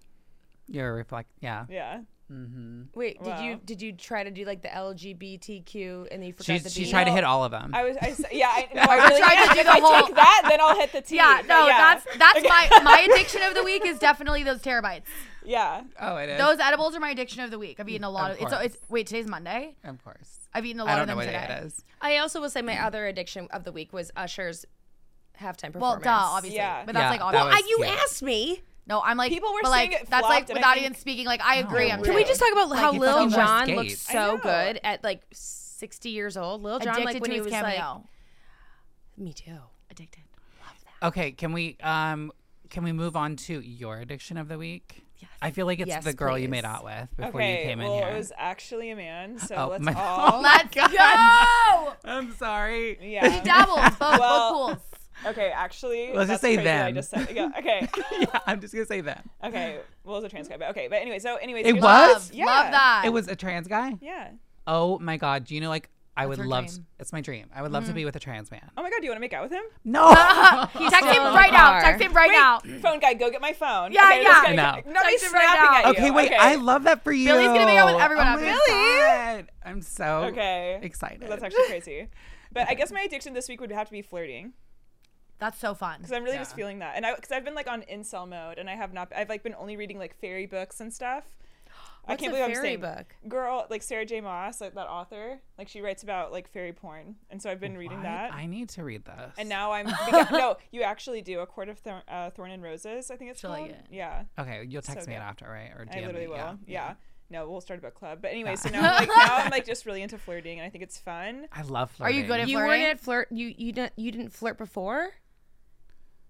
You're reflect. Yeah. Yeah. Wait, did Wow. you did you try to do like the LGBTQ and then you forgot She the she B? tried to hit all of them. I was. I s- yeah. I, no, I really tried to am. do if the I whole- take that, then I'll hit the T. Yeah, but no, yeah. that's that's my my addiction of the week is definitely those terabytes. yeah. oh, it is. Those edibles are my addiction of the week. I've eaten a lot of, Of it's, course. it's wait today's Monday. of course. I've eaten a lot I of don't know them what today. it is. I also will say my other addiction of the week was Usher's halftime performance. Well, duh, obviously. Yeah. But that's Yeah, like that obvious. was- I, you Yeah. asked me. no, I'm like People were but saying like it Oh, that's flopped, like and I without think- even speaking. Like I agree. I'm Can we just talk about how he Lil fucking wears John skates. looks I so know. good at like 60 years old? Lil John, addicted like when to he his was cameo? like, me too. addicted. Okay, can we um can we move on to your addiction of the week? Yes. I feel like it's Yes, the girl you please. made out with before Okay. you came well, in here. it was actually a man. So Oh, let's my- all. Let's go. I'm sorry. Yeah. Dabbles, both Well, both pools. Okay. Actually. Let's that's just say crazy I them. just said. Yeah. Okay. yeah, I'm just gonna say that. okay. Well, it was a trans guy, but okay. But anyway. So anyways. It here's- was? Love, Yeah. love that. It was a trans guy. Yeah. Oh my god. Do you know like I would her love dream. it's my dream. I would love to be with a trans man. Oh my God. Do you want to make out with him? No. Text him still in right the now. car. Text him right now. Phone guy, go get my phone. Yeah, Okay, this yeah. guy- No. Nobody's Text him right snapping now. at you. okay, wait. I love that for you. Billy's gonna make out with everyone oh after my this. God. I'm so Okay. excited. That's actually crazy. But I guess my addiction this week would have to be flirting That's so fun. because I'm really just feeling that, and I because I've been like on incel mode, and I have not. I've like been only reading like fairy books and stuff. I What's can't a believe I'm fairy saying book? girl like Sarah J. Moss, like that author. Like she writes about like fairy porn, and so I've been reading What? that. I need to read this. and now I'm beca- no, you actually do a court of thorn, uh, thorn and roses. I think it's She'll called. like it. Yeah, Okay, you'll text me it good. after, right? Or DM I me. literally will. Yeah. Yeah. No, we'll start a book club. But anyway, so now, I'm, like, now I'm like just really into flirting, and I think it's fun. I love Are flirting. you good at You flirting? weren't at flirt. You you didn't you didn't flirt before.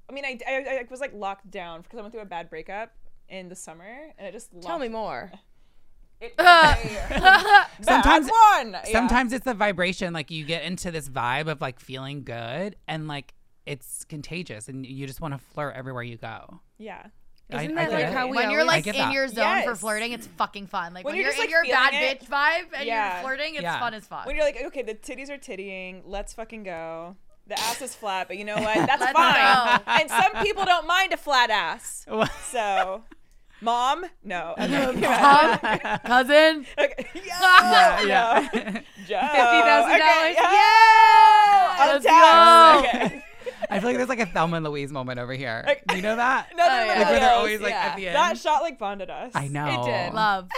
I mean, I, I, I was like locked down because I went through a bad breakup in the summer, and I just locked Tell me more. It was a Sometimes- bad one. Yeah. Sometimes it's the vibration, like you get into this vibe of like feeling good and like it's contagious and you just want to flirt everywhere you go. yeah. I- Isn't I that get like it. how we when you're always- I like in get that. your zone for Yes. flirting, it's fucking fun. Like when, When you're, you're in just, your like, bad feeling it. bitch vibe and Yeah. you're flirting, it's Yeah. fun as fuck. When you're like, okay, the titties are tittying. Let's fucking go. The ass is flat, but you know what? That's Let's fine. go. And some people don't mind a flat ass. What? So, mom, no. Okay. Mom, cousin, Okay. Yeah. yeah. Joe. $50,000? Okay, Yeah. On Let's tax. go. Okay. I feel like there's like a Thelma and Louise moment over here. Like- you know that? No, no, Oh, no, yeah. like where no, they're no. always like at the end. That shot like bonded us. I know. did. love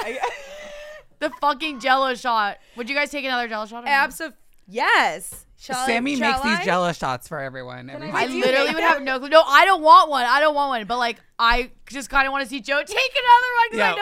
the fucking Jello shot. Would you guys take another Jello shot? or no? Absolutely. Yes. Shall Sammy shall makes I? these jealous shots for everyone. Every I time. do literally hate would have no clue. No, I don't want one. I don't want one. But like, I just kind of want to see Joe take another one because Yeah, I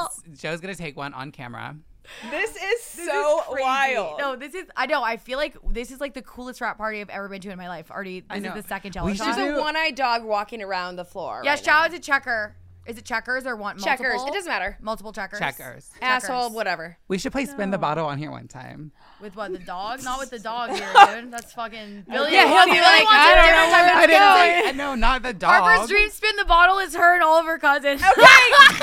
know she Joe's, Joe's gonna take one on camera. This is will. This so is crazy. wild. No, this is. I know. I feel like this is like the coolest rap party I've ever been to in my life. Already, this know. is the second We Jello should shot. There's a one-eyed dog walking around the floor. Yeah, right shout out to Checker. Is it checkers or want multiple? Checkers. It doesn't matter. Multiple checkers. Checkers. Asshole, whatever. We should play spin the bottle on here one time. With what? The dog? Not with the dog here, dude. That's fucking Billy. Yeah, he'll be Billy like, wants I a don't different know type where of it's dog. going. I know, not the dog. Harper's dream spin the bottle is her and all of her cousins. Okay. What have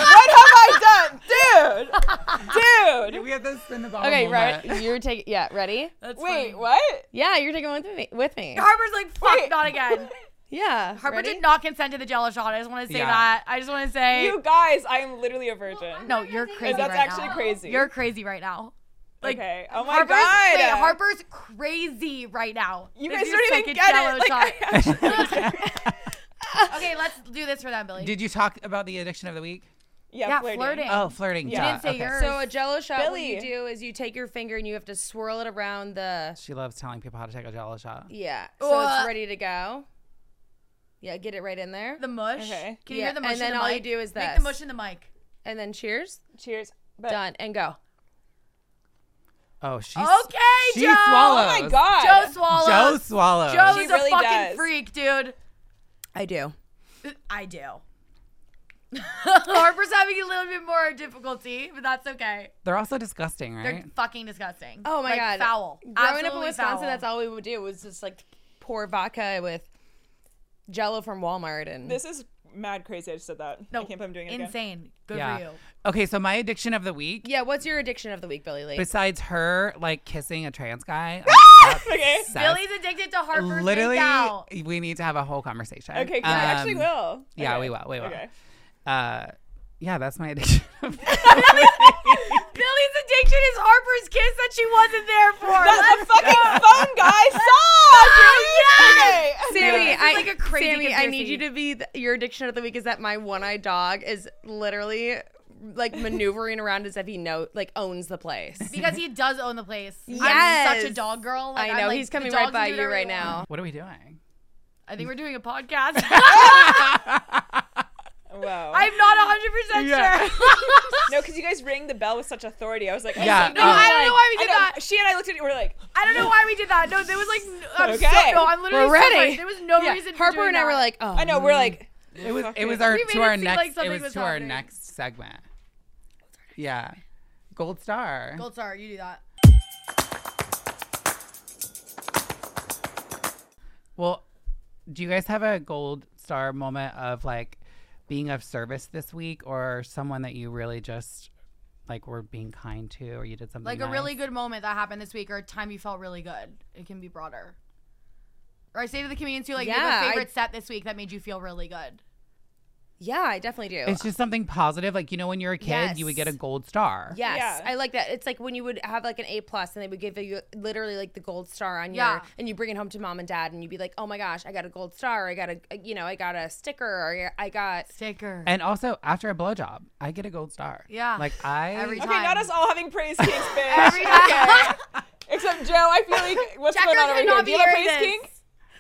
I done, dude? Dude. We had this spin the bottle. Okay, moment. right. You're taking. Yeah, ready? That's funny. Wait, what? Yeah, you're taking one with me. With me. Harper's like, fuck, Wait. not again. Yeah. Harper ready? did not consent to the jello shot. I just want to say Yeah. that. I just want to say. You guys, I am literally a virgin. no, you're crazy. That's right actually now. crazy. You're crazy right now. Like, okay. Oh my Harper's, god. wait, Harper's crazy right now. you This guys is your don't even second get Jell-O it. Like, I shot. actually- okay, let's do this for them, Billy. Did you talk about the addiction of the week? yeah, yeah, flirting. flirting. Oh, flirting. Yeah. duh, Didn't say okay. yours. So a Jello shot. What Billy. you do is you take your finger and you have to swirl it around the. She loves telling people how to take a jello shot. Yeah. So Ugh. it's ready to go. Yeah, get it right in there. the mush. Okay. Can you Yeah, hear the and mush? in then the all you mic? do is Make the this. mush in the mic. and then cheers. Cheers. But, Done and go. Oh, she's Okay, she Joe. swallows. Oh my god. Joe swallows. Joe swallows. Joe's She a really fucking does. freak, dude. I do. I do. Harper's having a little bit more difficulty, but that's okay. They're also disgusting, They're right? fucking disgusting. Oh my Like, god. foul. Growing Absolutely up in Wisconsin, foul. that's all we would do was just like pour vodka with Jello from Walmart and This is mad crazy. I just said that. I can't believe I'm doing it again. Insane. Good for Yeah. you. Okay, so my addiction of the week, yeah. What's your addiction of the week, Billy Lee? besides her like kissing a trans guy, Okay. obsessed. Billy's addicted to Harper's literally, Literally, out. we need to have a whole conversation. Okay, 'cause I actually Um, will. yeah, Okay. we will, we will. Okay. Uh, yeah, that's my addiction. Billy's addiction is Harper's kiss that she wasn't there for. That That's fucking phone guy Oh, saw. dude. Sammy, This is I, like a crazy Sammy, I need conspiracy. you to be th- your addiction of the week is that my one-eyed dog is literally like maneuvering around as if he know like owns the place. because he does own the place. I'm Yes. such a dog girl. Like, I I'm know like, he's the coming dog right can by do you whatever right he wants. now. what are we doing? I think we're doing a podcast. Okay. Wow. I'm not 100% Yeah. sure. no, because you guys rang the bell with such authority. I was like, oh, Yeah. um, No, I don't know why we I did know. that. She and I looked at it. We're like, I don't know why we did that. No, there was like, n- I'm Okay. so, no, I'm literally We're so ready. sorry. There was no Yeah, reason. for Harper doing and I were that. like, oh, I know. We're like, It was Fuck it was it. our We to made it our seem next like it something was, was to our happening. next segment. Yeah, gold star. Gold star, you do that. Well, do you guys have a gold star moment of like being of service this week, or someone that you really just like were being kind to, or you did something Like a nice? really good moment that happened this week or a time you felt really good. It can be broader. Or I say to the comedians too, like, you have Yeah, a I- favorite set this week that made you feel really good. yeah, I definitely do. It's just something positive. Like you know, when you're a kid, you would get a Yes. gold star. Yes, Yeah. I like that. It's like when you would have like an A plus, and they would give you literally like the gold star on Yeah. your, and you bring it home to mom and dad, and you'd be like, "Oh my gosh, I got a gold star! I got a, you know, I got a sticker, or I got." Sticker. And also after a blowjob, I get a gold star. Yeah. Like I Every okay, time. not us all having praise kings, bitch. Every time. Except Joe, I feel like what's going Checkers on over would here? not Do be you have a hearing this. praise king?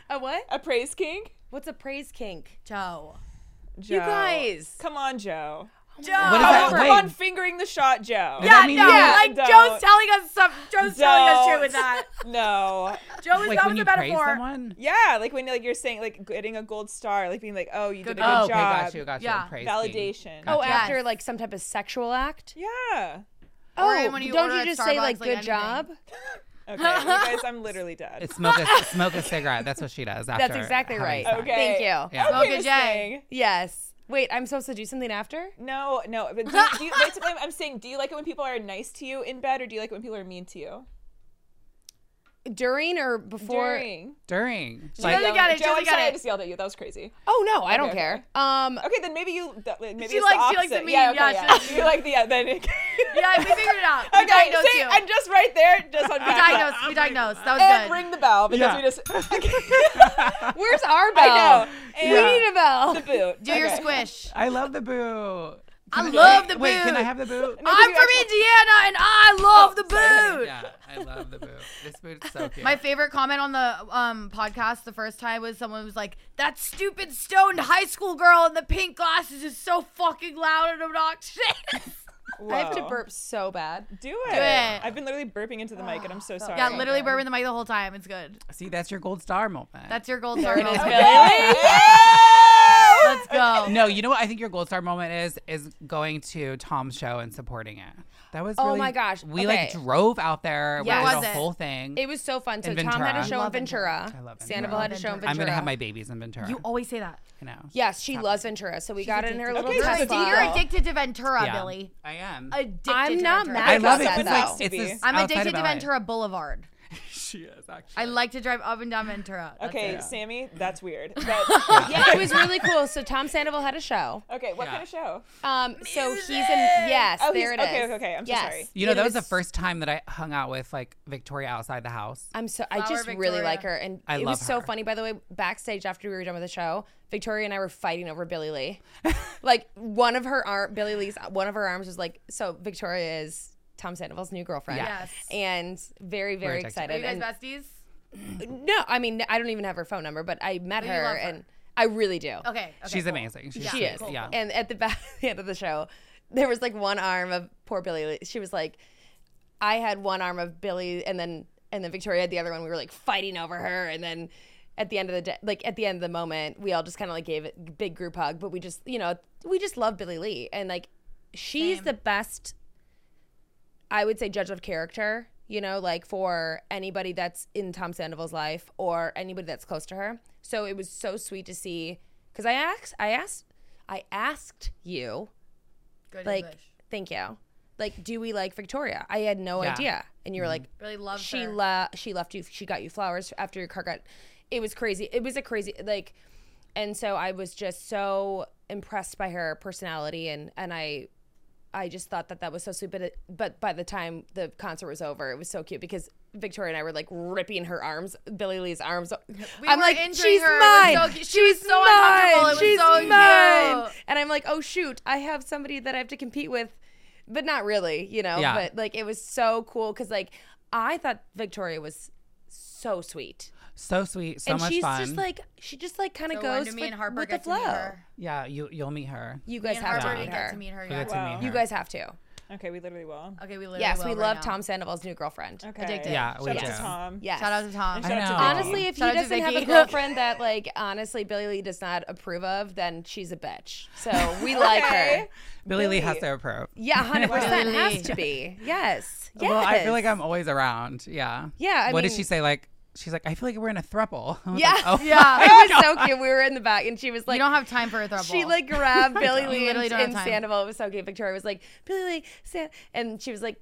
A what? A praise king? What's a praise kink? Joe. Joe. You guys. Come on, Joe. What is Joe. Come that? on, come Wait. on, fingering the shot, Joe. that Yeah, mean- no, Yeah, like don't. Joe's telling us stuff. Joe's telling us shit with Don't. that. No. Joe is like that when was you a praise metaphor. someone. Yeah, like when like you're saying like getting a gold star, like being like, oh, you did a good oh, job. okay, got you, got you. Yeah. Praise king. Validation. Oh, Yes. after like some type of sexual act. yeah. Or oh, when you don't order you at just Starbucks, say like, like, "Good anything. job"? Okay, you guys, I'm literally dead. It's smoke a smoke a cigarette. That's what she does. After That's exactly having right. sex. Okay. Thank you. Yeah. Okay, Mocha Miss J. Thing. Yes. Wait, I'm supposed to do something after? No, no. But do, do you, that's what I'm, I'm saying. Do you like it when people are nice to you in bed, or do you like it when people are mean to you? During or before? During. During. She doesn't get it. She Joe, I'm doesn't sorry, I get it. just yelled at you. That was crazy. Oh no, I don't Okay. care. Um, Okay, then maybe you. that- Maybe She it's likes- the she likes the opposite. meme, Yeah, okay, yeah, yeah. she- you like the yeah, then. okay, Yeah, we figured it out. We diagnosed see, you. and just right there, just on we diagnosed. We diagnosed. That was And good. ring the bell because Yeah. we just. where's our I know. bell? We need a bell. the boot. Do your squish. I love the boo. I Can love wait, the Wait, can I boo. have the boo? Oh, I'm from actually- Indiana and I love the boot. Yeah, I love the boo. This boot's so cute. Oh, My favorite comment on the um, podcast the first time was someone was like, "That stupid stoned high school girl in the pink glasses is so fucking loud and obnoxious." I have to Whoa. burp so bad. Do it. it. I've been literally burping into the mic, and I'm so sorry. yeah, literally burping the mic the whole time. It's good. See, that's your gold star moment. That's your gold star. it is, moment. Let's Billy. Let's go. No, you know what I think your gold star moment is is going to Tom's show and supporting it. That was Oh really- my gosh, We like okay. drove out there. Yes. We Where did was a it? whole thing. It was so fun. So In Tom had Ventura. a show I in love Ventura. Ventura. I love Sandoval Ventura. had a show in Ventura. I'm gonna have my babies in Ventura. You always say that. I know. Yes, she loves Ventura. So we got it in her little Okay, so Tesla. it's either You're addicted to Ventura, Yeah. Billy. I am. Addicted I'm to not Ventura. mad I about love it. that, It's like, though. it's this I'm outside addicted of to LA. Ventura Boulevard. she is actually. I like to drive up and down Ventura. That's Okay, it. Sammy, that's weird. But, yeah, it was really cool. So Tom Sandoval had a show. okay, what Yeah. kind of show? Um, so he's in. Yes, Oh, there it he's- is. okay, okay, okay. I'm so yes. sorry. You know, It that was the first time that I hung out with like Victoria outside the house. I'm so. I Flower just really Victoria. like her, and I it love was so her. funny. By the way, backstage after we were done with the show, Victoria and I were fighting over Billy Lee. like one of her arm, Billy Lee's one of her arms was like. So Victoria is Tom Sandoval's new girlfriend. Yes. And very, very texting. excited. Are you guys and- besties? No, I mean I don't even have her phone number, but I met Oh, you love her, her. and I really do. Okay. okay, She's cool. amazing. She's She sweet. is. Yeah. And at the back the end of the show, there was like one arm of poor Billy. Lee- She was like, I had one arm of Billy, and then and then Victoria had the other one. We were like fighting over her, and then at the end of the day, like at the end of the moment, we all just kind of like gave it a big group hug. But we just, you know, we just love Billy Lee, and like she's the best. I would say judge of character. You know, like for anybody that's in Tom Sandoval's life or anybody that's close to her. So it was so sweet to see because I asked, I asked, I asked you Good like English. thank you like do we like victoria i had no Yeah. idea and you were like Really love she her. la- she left you she got you flowers after your car got it was crazy it was a crazy like and so i was just so impressed by her personality and and i i just thought that that was so sweet but it, but by the time the concert was over it was so cute because Victoria and I were like ripping her arms, Billy Lee's arms. We I'm were like, injuring she's her. It was mine. so cute. She she's was so uncomfortable. It mine. was She's so cute. mine. And I'm like, oh shoot, I have somebody that I have to compete with, but not really, you know. Yeah. But like, it was so cool because like I thought Victoria was so sweet, So sweet. So and much she's fun. just like she just like kind of So when goes do me with, and Harper with the get to meet flow. her? yeah, you you'll meet her. You Me guys and have Harper to meet didn't her. get to meet her. You'll get to Yeah. meet Wow. You her. guys have to. Okay, we literally will. Okay, we literally yes, we will love right now. Tom Sandoval's new girlfriend. Okay. Addicted. Yeah, we Shout out do. to Tom. Yes. Shout out to Tom. And shout I out to know. Vicky. Honestly, if Shout he out to doesn't have a Vicky. girlfriend that, like, honestly, Billy Lee does not approve of, then she's a bitch. So we like her. Okay. Billy, Lee has to approve. Yeah, 100% Billy Lee. has to be. Yes. Yes. Well, I feel like I'm always around. Yeah. Yeah, I what did mean- she say? Like she's like, I feel like we're in a throuple. I was Yeah. Like, oh. Yeah. It was so cute. We were in the back, and she was You like, don't have time for a throuble. she like grabbed Billy You Lee and, literally don't have and time. Sandoval. It was so cute. Victoria was like, Billy Lee, San-, and she was like,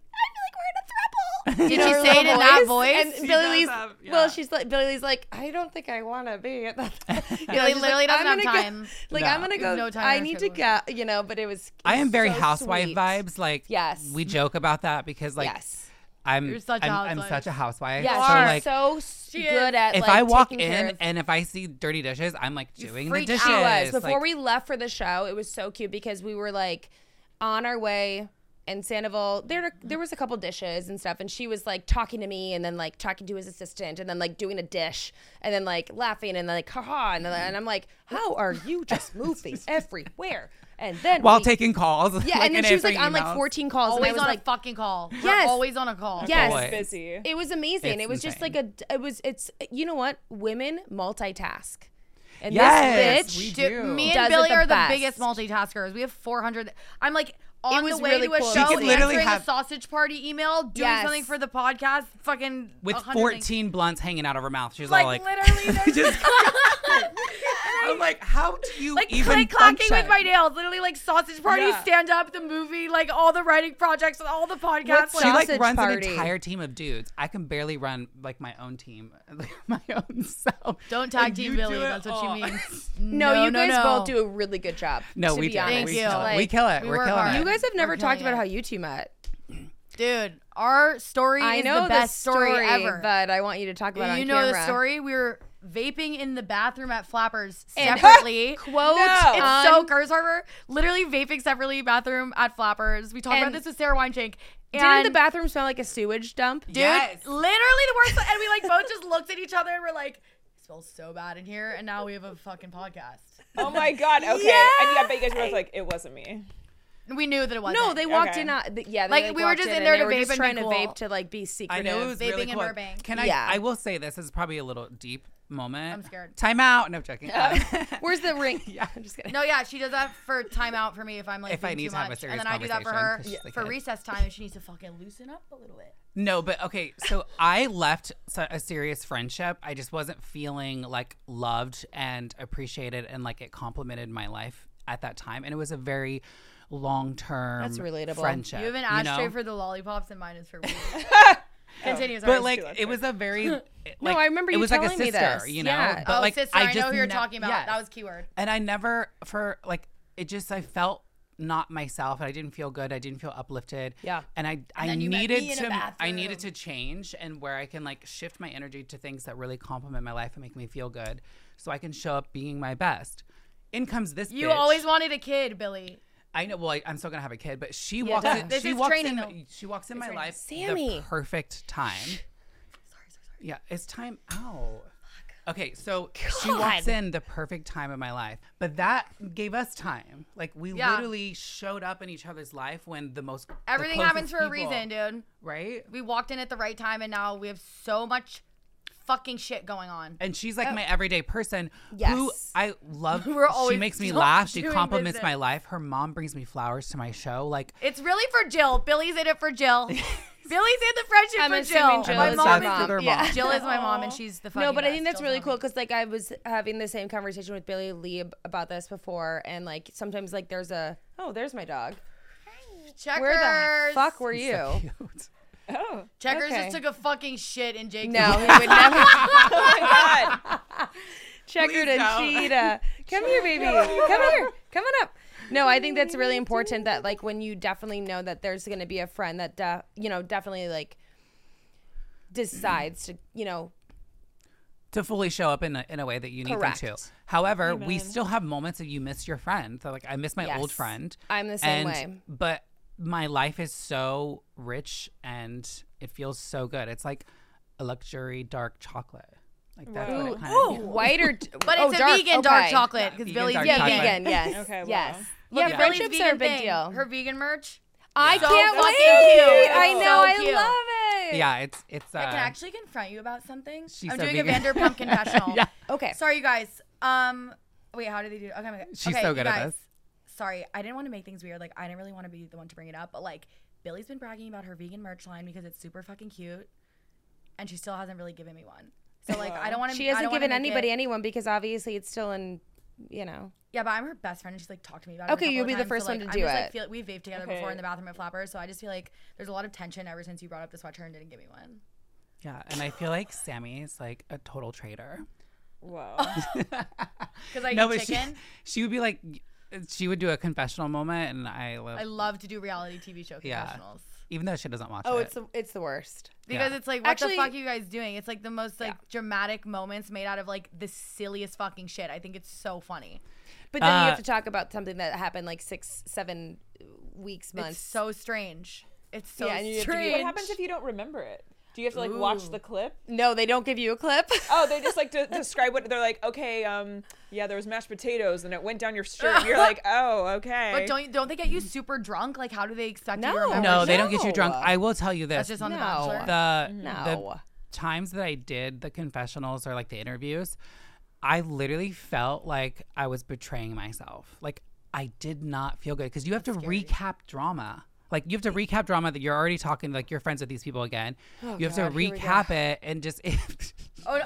I feel like we're in a throuble. Did In she her say it little in that voice? And She Billy does Lee's, have- yeah. well, she's like, Billy Lee's like, I don't think I want to be at that. You know, Billy she's literally doesn't "I'm have gonna go- time." like, No. I'm gonna go. no time I in need her to schedule. go. You know, but it was. I am very so housewife sweet. vibes. Like Yes. we joke about that because like yes. I'm You're such a I'm, I'm housewife. such a housewife. Yes. So are. like so She is. good at. if like, I walk in taking care of- and if I see dirty dishes, I'm like doing the freak dishes. out. She was. Before Like, we left for the show, it was so cute because we were like on our way and Sandoval there there was a couple dishes and stuff and she was like talking to me and then like talking to his assistant and then like doing a dish and then like laughing and then like haha and then and I'm like how are you just moving everywhere and then while we- taking calls. yeah and then she was like on like 14 calls always and I on was like a fucking call. We're Yes. always on a call. yes Always. Busy. it was amazing. It's it was just insane. like a. It was. It's. You know what? Women multitask. And Yes, this we bitch. do. Dude, me Does and it Billy the are best. the biggest multitaskers. We have 400. I'm like on was the way really to a cool. She show, could literally answering have- a sausage party email, doing Yes. something for the podcast, fucking with 100 14 things. blunts hanging out of her mouth. She's Like, all like, literally, there's just, I'm like, how do you like even click clacking function? with my nails. Literally, like sausage party, Yeah. stand up, the movie, like all the writing projects, and all the podcasts. She Like, like Sausage runs party. an entire team of dudes. I can barely run like my own team, my own self. don't tag And team you Billy. do it That's what all. she means. No, you guys no. both do a really good job. No, to we be do. honest. Thank you. Kill it. Like, We kill it. we We're work killing hard. it. you guys have never We're talked killing about it. how you two met. Dude, our story I is know the best story, ever. but I want you to talk about it. you on know the camera. story. We were vaping in the bathroom at Flappers And- separately. Quote No. It's on- so Curse Harbor. Literally vaping separately, bathroom at Flappers. We talked about And- this with Sarah Weinshank. And Didn't the bathroom smell like a sewage dump? dude, literally the worst. and we like both just looked at each other and we're like, it smells so bad in here. And now we have a fucking podcast. Oh my god. Okay. And yeah, but you guys were both like, it wasn't me. And we knew that it wasn't. No, they walked Okay. in. on- th- yeah, they, Like, we were walked just in and there they to were vape just and be trying to cool. vape to like be I secretive. know it was Vaping really in cool. Burbank. Can I? Yeah. I will say this. This is probably a little deep moment. I'm scared. Time out. No I'm joking. Um, Where's the ring? yeah, I'm just kidding. No, yeah, she does that for timeout for me if I'm like If I doing need too to have a much. serious and then I do that for her conversation 'cause she's a for kid. recess time if she needs to fucking loosen up a little bit. no, but okay. So I left so- a serious friendship. I just wasn't feeling like loved and appreciated and like it complimented my life at that time. And it was a very long term That's relatable. friendship. You have an you ashtray know? for the lollipops and mine is for weed. Continue, sorry. but like much it was a very it- No, like, I remember it you was like a telling me sister, this. you know. Yeah. But oh, like sister, I, I, just know who you're ne- talking about. Yes. That was keyword. and I never for like it just I felt not myself and I didn't feel good. I didn't feel uplifted. Yeah. And I I then you met needed me in a to I needed to bathroom. change and where I can like shift my energy to things that really complement my life and make me feel good so I can show up being my best. In comes this You bitch. always wanted a kid, Billy. I know well I, am still gonna have a kid, but she walks duh. in, This she is walks training, in though. she walks in my training. life the Sammy. perfect time. sorry, sorry, sorry. Yeah, it's time out. Okay, so she walks in the perfect time of my life, but that gave us time. Like we Yeah. literally showed up in each other's life when the most the Everything closest happens for a people- reason, dude. right? We walked in at the right time and now we have so much fucking shit going on. And she's like my everyday person who Yes. I love. Oh. We're she always makes me do- laugh. She doing compliments business. my life. Her mom brings me flowers to my show. Like It's really for Jill. Billy's in it for Jill. Billy's in the friendship I'm for Jill. assuming Jill My is mom your is mom. the, Yeah. Jill is my mom and she's the fucking No, but I think best. that's Jill's really my cool mom. because like I was having the same conversation with Billy Lee ab- about this before, and like sometimes like there's a oh there's my dog. Checkers. Where the fuck were you? cute. Oh. Checkers Okay. just took a fucking shit in Jake's. No, he would never. Oh my god. Checkered and cheetah. uh, Come here, baby. Come here. Come on up. No, I think that's really important that like when you definitely know that there's going to be a friend that de- you know definitely like decides to you know to fully show up in a, in a way that you need them to. Correct. However, we still have moments that you miss your friend. So, like, I miss my old Yes. friend. I'm the same and, way. But my life is so rich and it feels so good. It's like a luxury dark chocolate. Like, that's what it kind of feels. whiter. But it's a vegan dark chocolate because vegan Billy's dark vegan. Oh, Yeah, chocolate. vegan. Yes. Okay, wow. Yes. Look yeah, at Billy's friendships vegan are a big thing. deal. Her vegan merch. I So can't fucking wait. cute. I So know. I cute. love it. Yeah, it's, it's, uh, I can actually confront you about something. she's I'm so doing vegan. a Vanderpump confessional. Yeah. Okay. Sorry, you guys. Um, wait, how did they do? Okay, okay. She's okay, so you good at guys. this. Sorry, I didn't want to make things weird. Like, I didn't really want to be the one to bring it up, but like, Billy's been bragging about her vegan merch line because it's super fucking cute, and she still hasn't really given me one. So like, I don't want to. She I hasn't don't wanna given make anybody It, anyone because obviously it's still in, you know. yeah, but I'm her best friend, and she's like talked to me about. it a Okay, couple you'll of be the times, so, first one like, to I'm do just, it. Like, feel, we've vaped together before Okay. in the bathroom at Flappers, so I just feel like there's a lot of tension ever since you brought up the sweatshirt and didn't give me one. yeah. And I feel like Sammy's like a total traitor. Whoa. Because I No, eat but she, chicken. she would be like, she would do a confessional moment, and I love, I love to do reality TV show confessionals. Yeah. even though she doesn't watch Oh, it. it's the, it's the worst. because Yeah. it's like what Actually- the fuck are you guys doing it's like the most like dramatic moments made out of like the silliest fucking shit i think it's so funny But then you Uh, have to talk about something that happened like six, seven weeks, it's months. so strange it's so Yeah, and you have to do- strange what happens if you don't remember it? Do you have to like watch the clip? no, they don't give you a clip. Oh, they just like de- describe what they're like. Okay, um, yeah, there was mashed potatoes and it went down your shirt. And you're like, oh, okay. but don't don't they get you super drunk like how do they expect you to No. remember no, shit? they don't get you drunk. No. I will tell you this. that's just on the No. bachelor the No. the times that I did the confessionals or like the interviews, I literally felt like I was betraying myself. Like I did not feel good because you have to recap drama. Like you have to recap drama that you're already talking like you're friends with these people again. you have God, to here we go. recap it and just oh,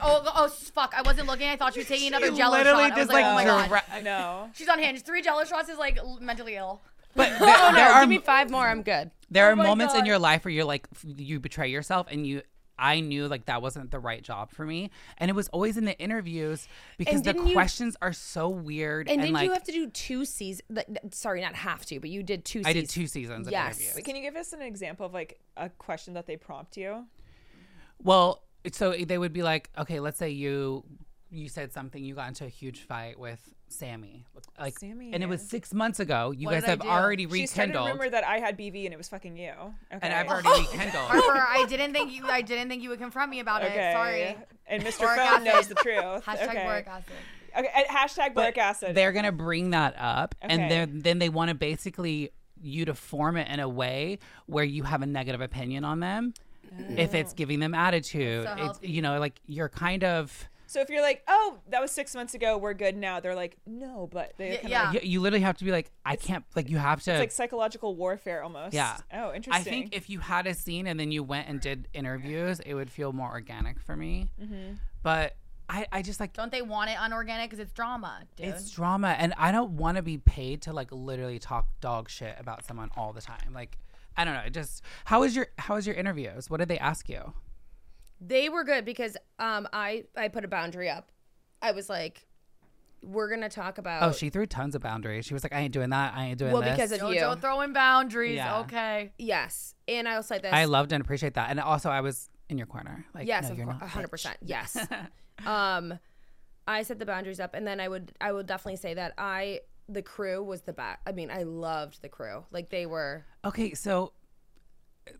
oh, oh, fuck i wasn't looking i thought you were taking another jello literally shot i was just like, oh my like god dra- No. she's on hinge three jello shots is like l- mentally ill But there, there are Give me five more. I'm good. there are moments in your life where you're like f- you betray yourself and you I knew like that wasn't the right job for me and it was always in the interviews because the didn't you- questions are so weird And, and, did like you have to do two seasons? Sorry, not have to, but you did two. I did two seasons of Yes. interviews. Wait, can you give us an example of like a question that they prompt you? Well, so they would be like, okay, let's say you you said something, you got into a huge fight with Sammy, like, Sammy. and it was six months ago. You What guys did I have do? already She started a rekindled, rumor Oh. that I had BV and it was fucking you. Okay. and I've already rekindled. Harper, I didn't think you. I didn't think you would confront me about Okay. it. Sorry. And Mr. Boric Phone acid. knows the truth. Hashtag okay. boric acid. Okay. and Hashtag boric acid. They're gonna bring that up, and Okay. then then they want to basically you to form it in a way where you have a negative opinion on them. If it's giving them attitude, So it's, healthy. you know, like you're kind of So if you're like, oh, that was six months ago, we're good now. They're like, no, but they Y- kind yeah. of You, you literally have to be like, I can't. Like you have to. it's like psychological warfare almost. Yeah. Oh, I interesting. think if you had a scene and then you went and did interviews, it would feel more organic for me. Mm-hmm. But I, I just like Don't they want it unorganic? Because it's drama, dude. it's drama, and I don't want to be paid to like literally talk dog shit about someone all the time. Like I don't know. It just how was your how was your interviews? What did they ask you? They were good because um, I I put a boundary up. I was like, we're gonna talk about. Oh, she threw tons of boundaries. She was like, I ain't doing that. I ain't doing well this. because of don't, you. don't throw in boundaries. Yeah. Okay. yes, and I was like this. I loved and appreciate that, and also I was in your corner. Like yes, no, of you're course, not. hundred percent. Yes. um, I set the boundaries up, and then I would I would definitely say that I the crew was the best. I mean, I loved the crew. Like they were. Okay, so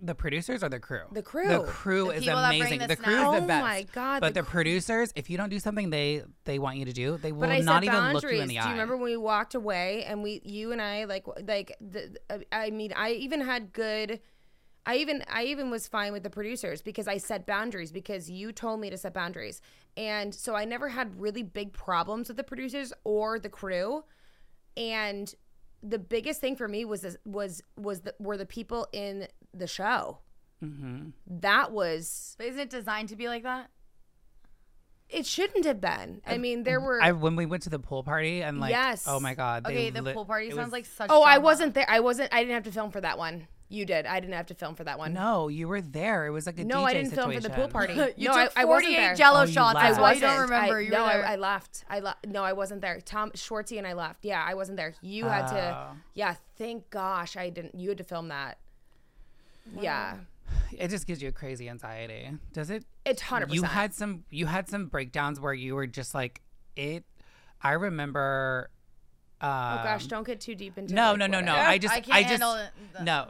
the producers are the crew. The crew. The crew The is people that bring amazing. the The crew is snacks. the Oh best. my God, But the the, producers, if you don't do something they they want you to do, they will But I not said even boundaries. look you in the Do eye. you remember when we walked away and we, you and I, like, w- like, the, the- I mean, I even had good. I even I even was fine with the producers because I set boundaries because you told me to set boundaries. And so I never had really big problems with the producers or the crew. And the biggest thing for me was this, was was the, were the people in the show. Mm-hmm. That was But isn't it designed to be like that? it shouldn't have been. I mean, there were I, when we went to the pool party and like, Yes. oh my god, they Okay, the lit- pool party it sounds was- like such. Oh, I drama. wasn't there. I wasn't. I didn't have to film for that one. You did. I didn't have to film for that one. No, you were there. It was like a no, DJ I didn't film for the pool situation. party. You no, took I, I wasn't 48 there. Jello Oh, you shots. That's lied. why I you don't wasn't. remember. I, you no, were there. I, I left. I left. No, I wasn't there. Tom Schwartzy and I left. Yeah, I wasn't there. You had to. Oh. Yeah, thank gosh I didn't. You had to film that. Yeah, It just gives you a crazy anxiety. Does it? it's hundred You percent. had some you had some breakdowns where you were just like it. I remember. Um, Oh gosh, don't get too deep into. No, like, no, no, what no. I- I just, I, I can't just, handle it. no.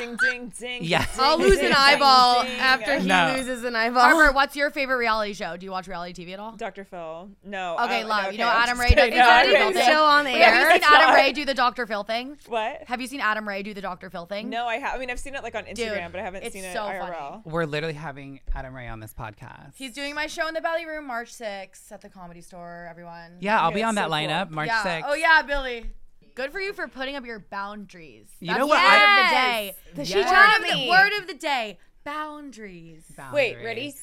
ding ding ding. Yeah. I'll lose an eyeball after he No. loses an eyeball. Harper, what's your favorite reality show? Do you watch reality TV at Uh, all? Dr. Phil. No. Okay, I, love. no, You know okay, I'm Adam just Ray does kidding. the No, Dr. Adam Phil Ray's thing. still on Wait, Have you air. seen Adam Sorry. Ray do the Dr. Phil thing? What? Have you seen Adam Ray do the Dr. Phil thing? No, I have. I mean, I've seen it like on Instagram, but I haven't it's seen it so funny. IRL. We're literally having Adam Ray on this podcast. He's doing my show in the Belly Room March 6th at the Comedy Store, everyone. yeah, I'll Yeah, be it's on that so cool. lineup March yeah. 6th. Oh, yeah, Billy. Good for you for putting up your boundaries. You That's know what the word I- of the day. She Word taught of the- me. Word of the day. Boundaries. Wait, ready?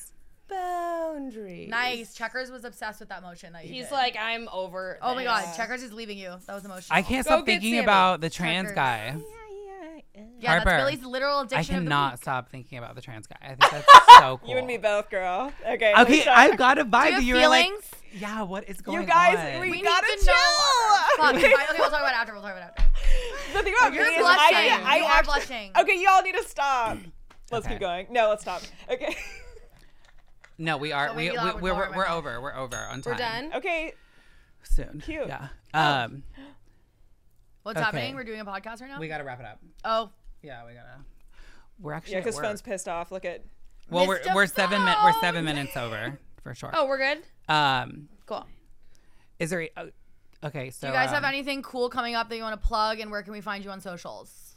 Boundaries. Boundaries. Nice. Checkers was obsessed with that motion that you He's did. like, I'm over. Oh my this." god, Checkers is leaving you. That was emotional. I can't stop get thinking Sammy. about the trans Tucker. guy. Yeah, Harper, that's Billy's literal addiction. I of the cannot week. stop thinking about the trans guy. I think that's so cool. You and me both, girl. Okay. let me Okay, stop. I've got a vibe Do that you you're have like, feelings? yeah, what is going You on? guys, we, need gotta to chill. know Fuck. Okay, okay, we'll talk about it after. We'll talk about it after. the thing about You're me is blushing. I, I You are actually- blushing. Okay, y'all need to stop. Let's Okay. keep going. No, let's stop. Okay. No, we are. So we, maybe we, that we're, we're, would lower my we're mind. over. We're over on time. We're done. okay. Soon. Cute. Yeah. Um, What's Okay. happening? We're doing a podcast right now. we got to wrap it up. oh, Yeah, we got to. We're actually Yeah, at because work. phone's pissed off. Look at. Well, we're, Mr. we're seven minutes. We're seven Phone. minutes over for sure. Oh, we're good. Um, Cool. is there? Uh, okay, so do you guys have um, anything cool coming up that you want to plug? And where can we find you on socials?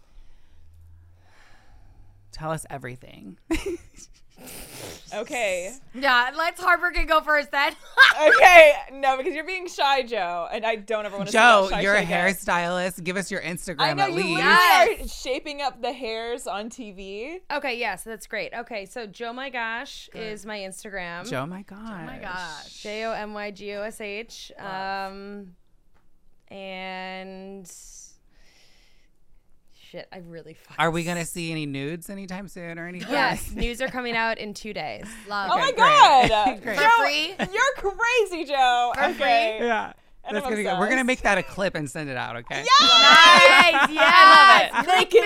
Tell us everything. Okay. Yeah, let's Harper can go first then. okay. No, because you're being shy, Joe, and I don't ever want to. Joe, shy you're a shit again. hairstylist. Give us your Instagram I know at you least. literally Yes. are shaping up the hairs on TV. Okay, yes, that's great. Okay, so Joe My Gosh is my Instagram. Joe, my gosh. Oh my gosh. J O M Y G O S H. Um, and shit, I really fucking. Are we gonna see any nudes anytime soon or anything? Yes, news are coming out in two days. Love. Oh my great. god. Great. For Joe, free? you're crazy, Joe. For okay. Yeah. And That's I'm gonna go. We're gonna obsessed. make that a clip and send it out. Okay. Nice. Yes. I Naked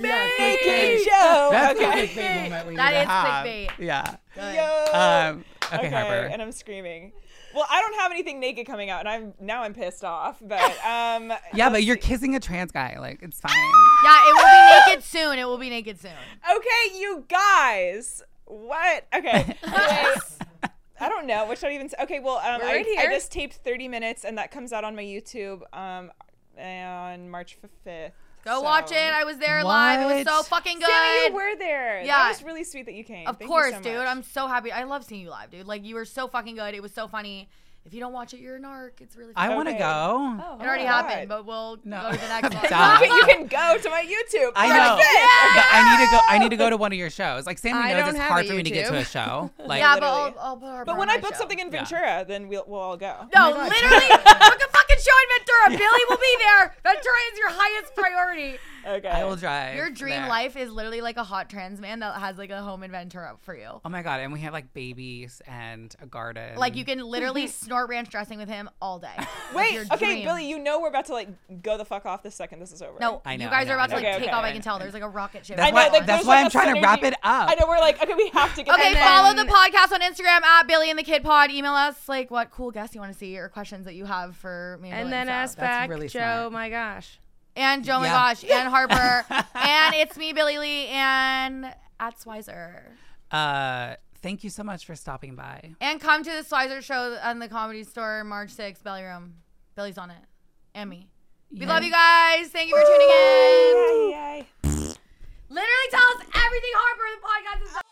Joe. Naked Joe. That's okay. a clickbait moment we That need to is have. clickbait. Yeah. Yo. Um, okay, okay, Harper. and I'm screaming. Well, I don't have anything naked coming out, and I'm now I'm pissed off. But um, yeah, but you're kissing a trans guy. Like it's fine. Yeah, it will be naked soon. It will be naked soon. okay, you guys, what? Okay, anyways, I don't know. What should I even say? Okay, well, um, We're I, right I here. just taped 30 minutes, and that comes out on my YouTube um, on March 5th. Go watch So- it. I was there live. It was so What? fucking good. Sammy, you were there. Yeah. That was really sweet that you came. Of Thank you so course, dude. much. I'm so happy. I love seeing you live, dude. Like you were so fucking good. It was so funny. If you don't watch it, you're an arc. It's really. I Funny. want to Okay. go. Oh, It already oh my happened, God. but we'll No. go to the next one. Duh. Okay, you can go to my YouTube. I Perfect. know. But I need to go. I need to go to one of your shows. Like Sammy I knows, don't it's have hard a for me to get to a show. Like, yeah, but literally. I'll, I'll put her. But when I book something in Yeah. Ventura, then we'll we'll all go. Oh No, my God. literally, book a fucking show in Ventura. Billy will be there. Ventura is your highest priority. Okay. I will drive. Your dream there. life is literally like a hot trans man that has like a home in Ventura for you. Oh my god! And we have like babies and a garden. Like you can literally snort ranch dressing with him all day. It's your Wait. Okay, dream. Billy, you know we're about to like go the fuck off the second this is over. No, I know, you I guys know, are about to I like know. take Okay, okay. off. I can tell. There's like a rocket ship. That's I know, why. going like, on. that's there's, why like, I'm a trying to wrap synergy. it up. I know we're like okay, we have to get. Okay, that done. follow the podcast on Instagram at Billy and the Kid Pod. Email us like what cool guests you want to see or questions that you have for me. And then ask That's back really Joe, smart. my gosh. and Joe, oh my Yeah. gosh, and Harper, and it's me, Billy Lee, and at Swizer. Uh, thank you so much for stopping by. And come to the Swizer show on the Comedy Store March 6th, Belly Room. Billy's on it, and me. We love you guys. Thank you for tuning in. Yay. Literally tell us everything Harper the podcast is.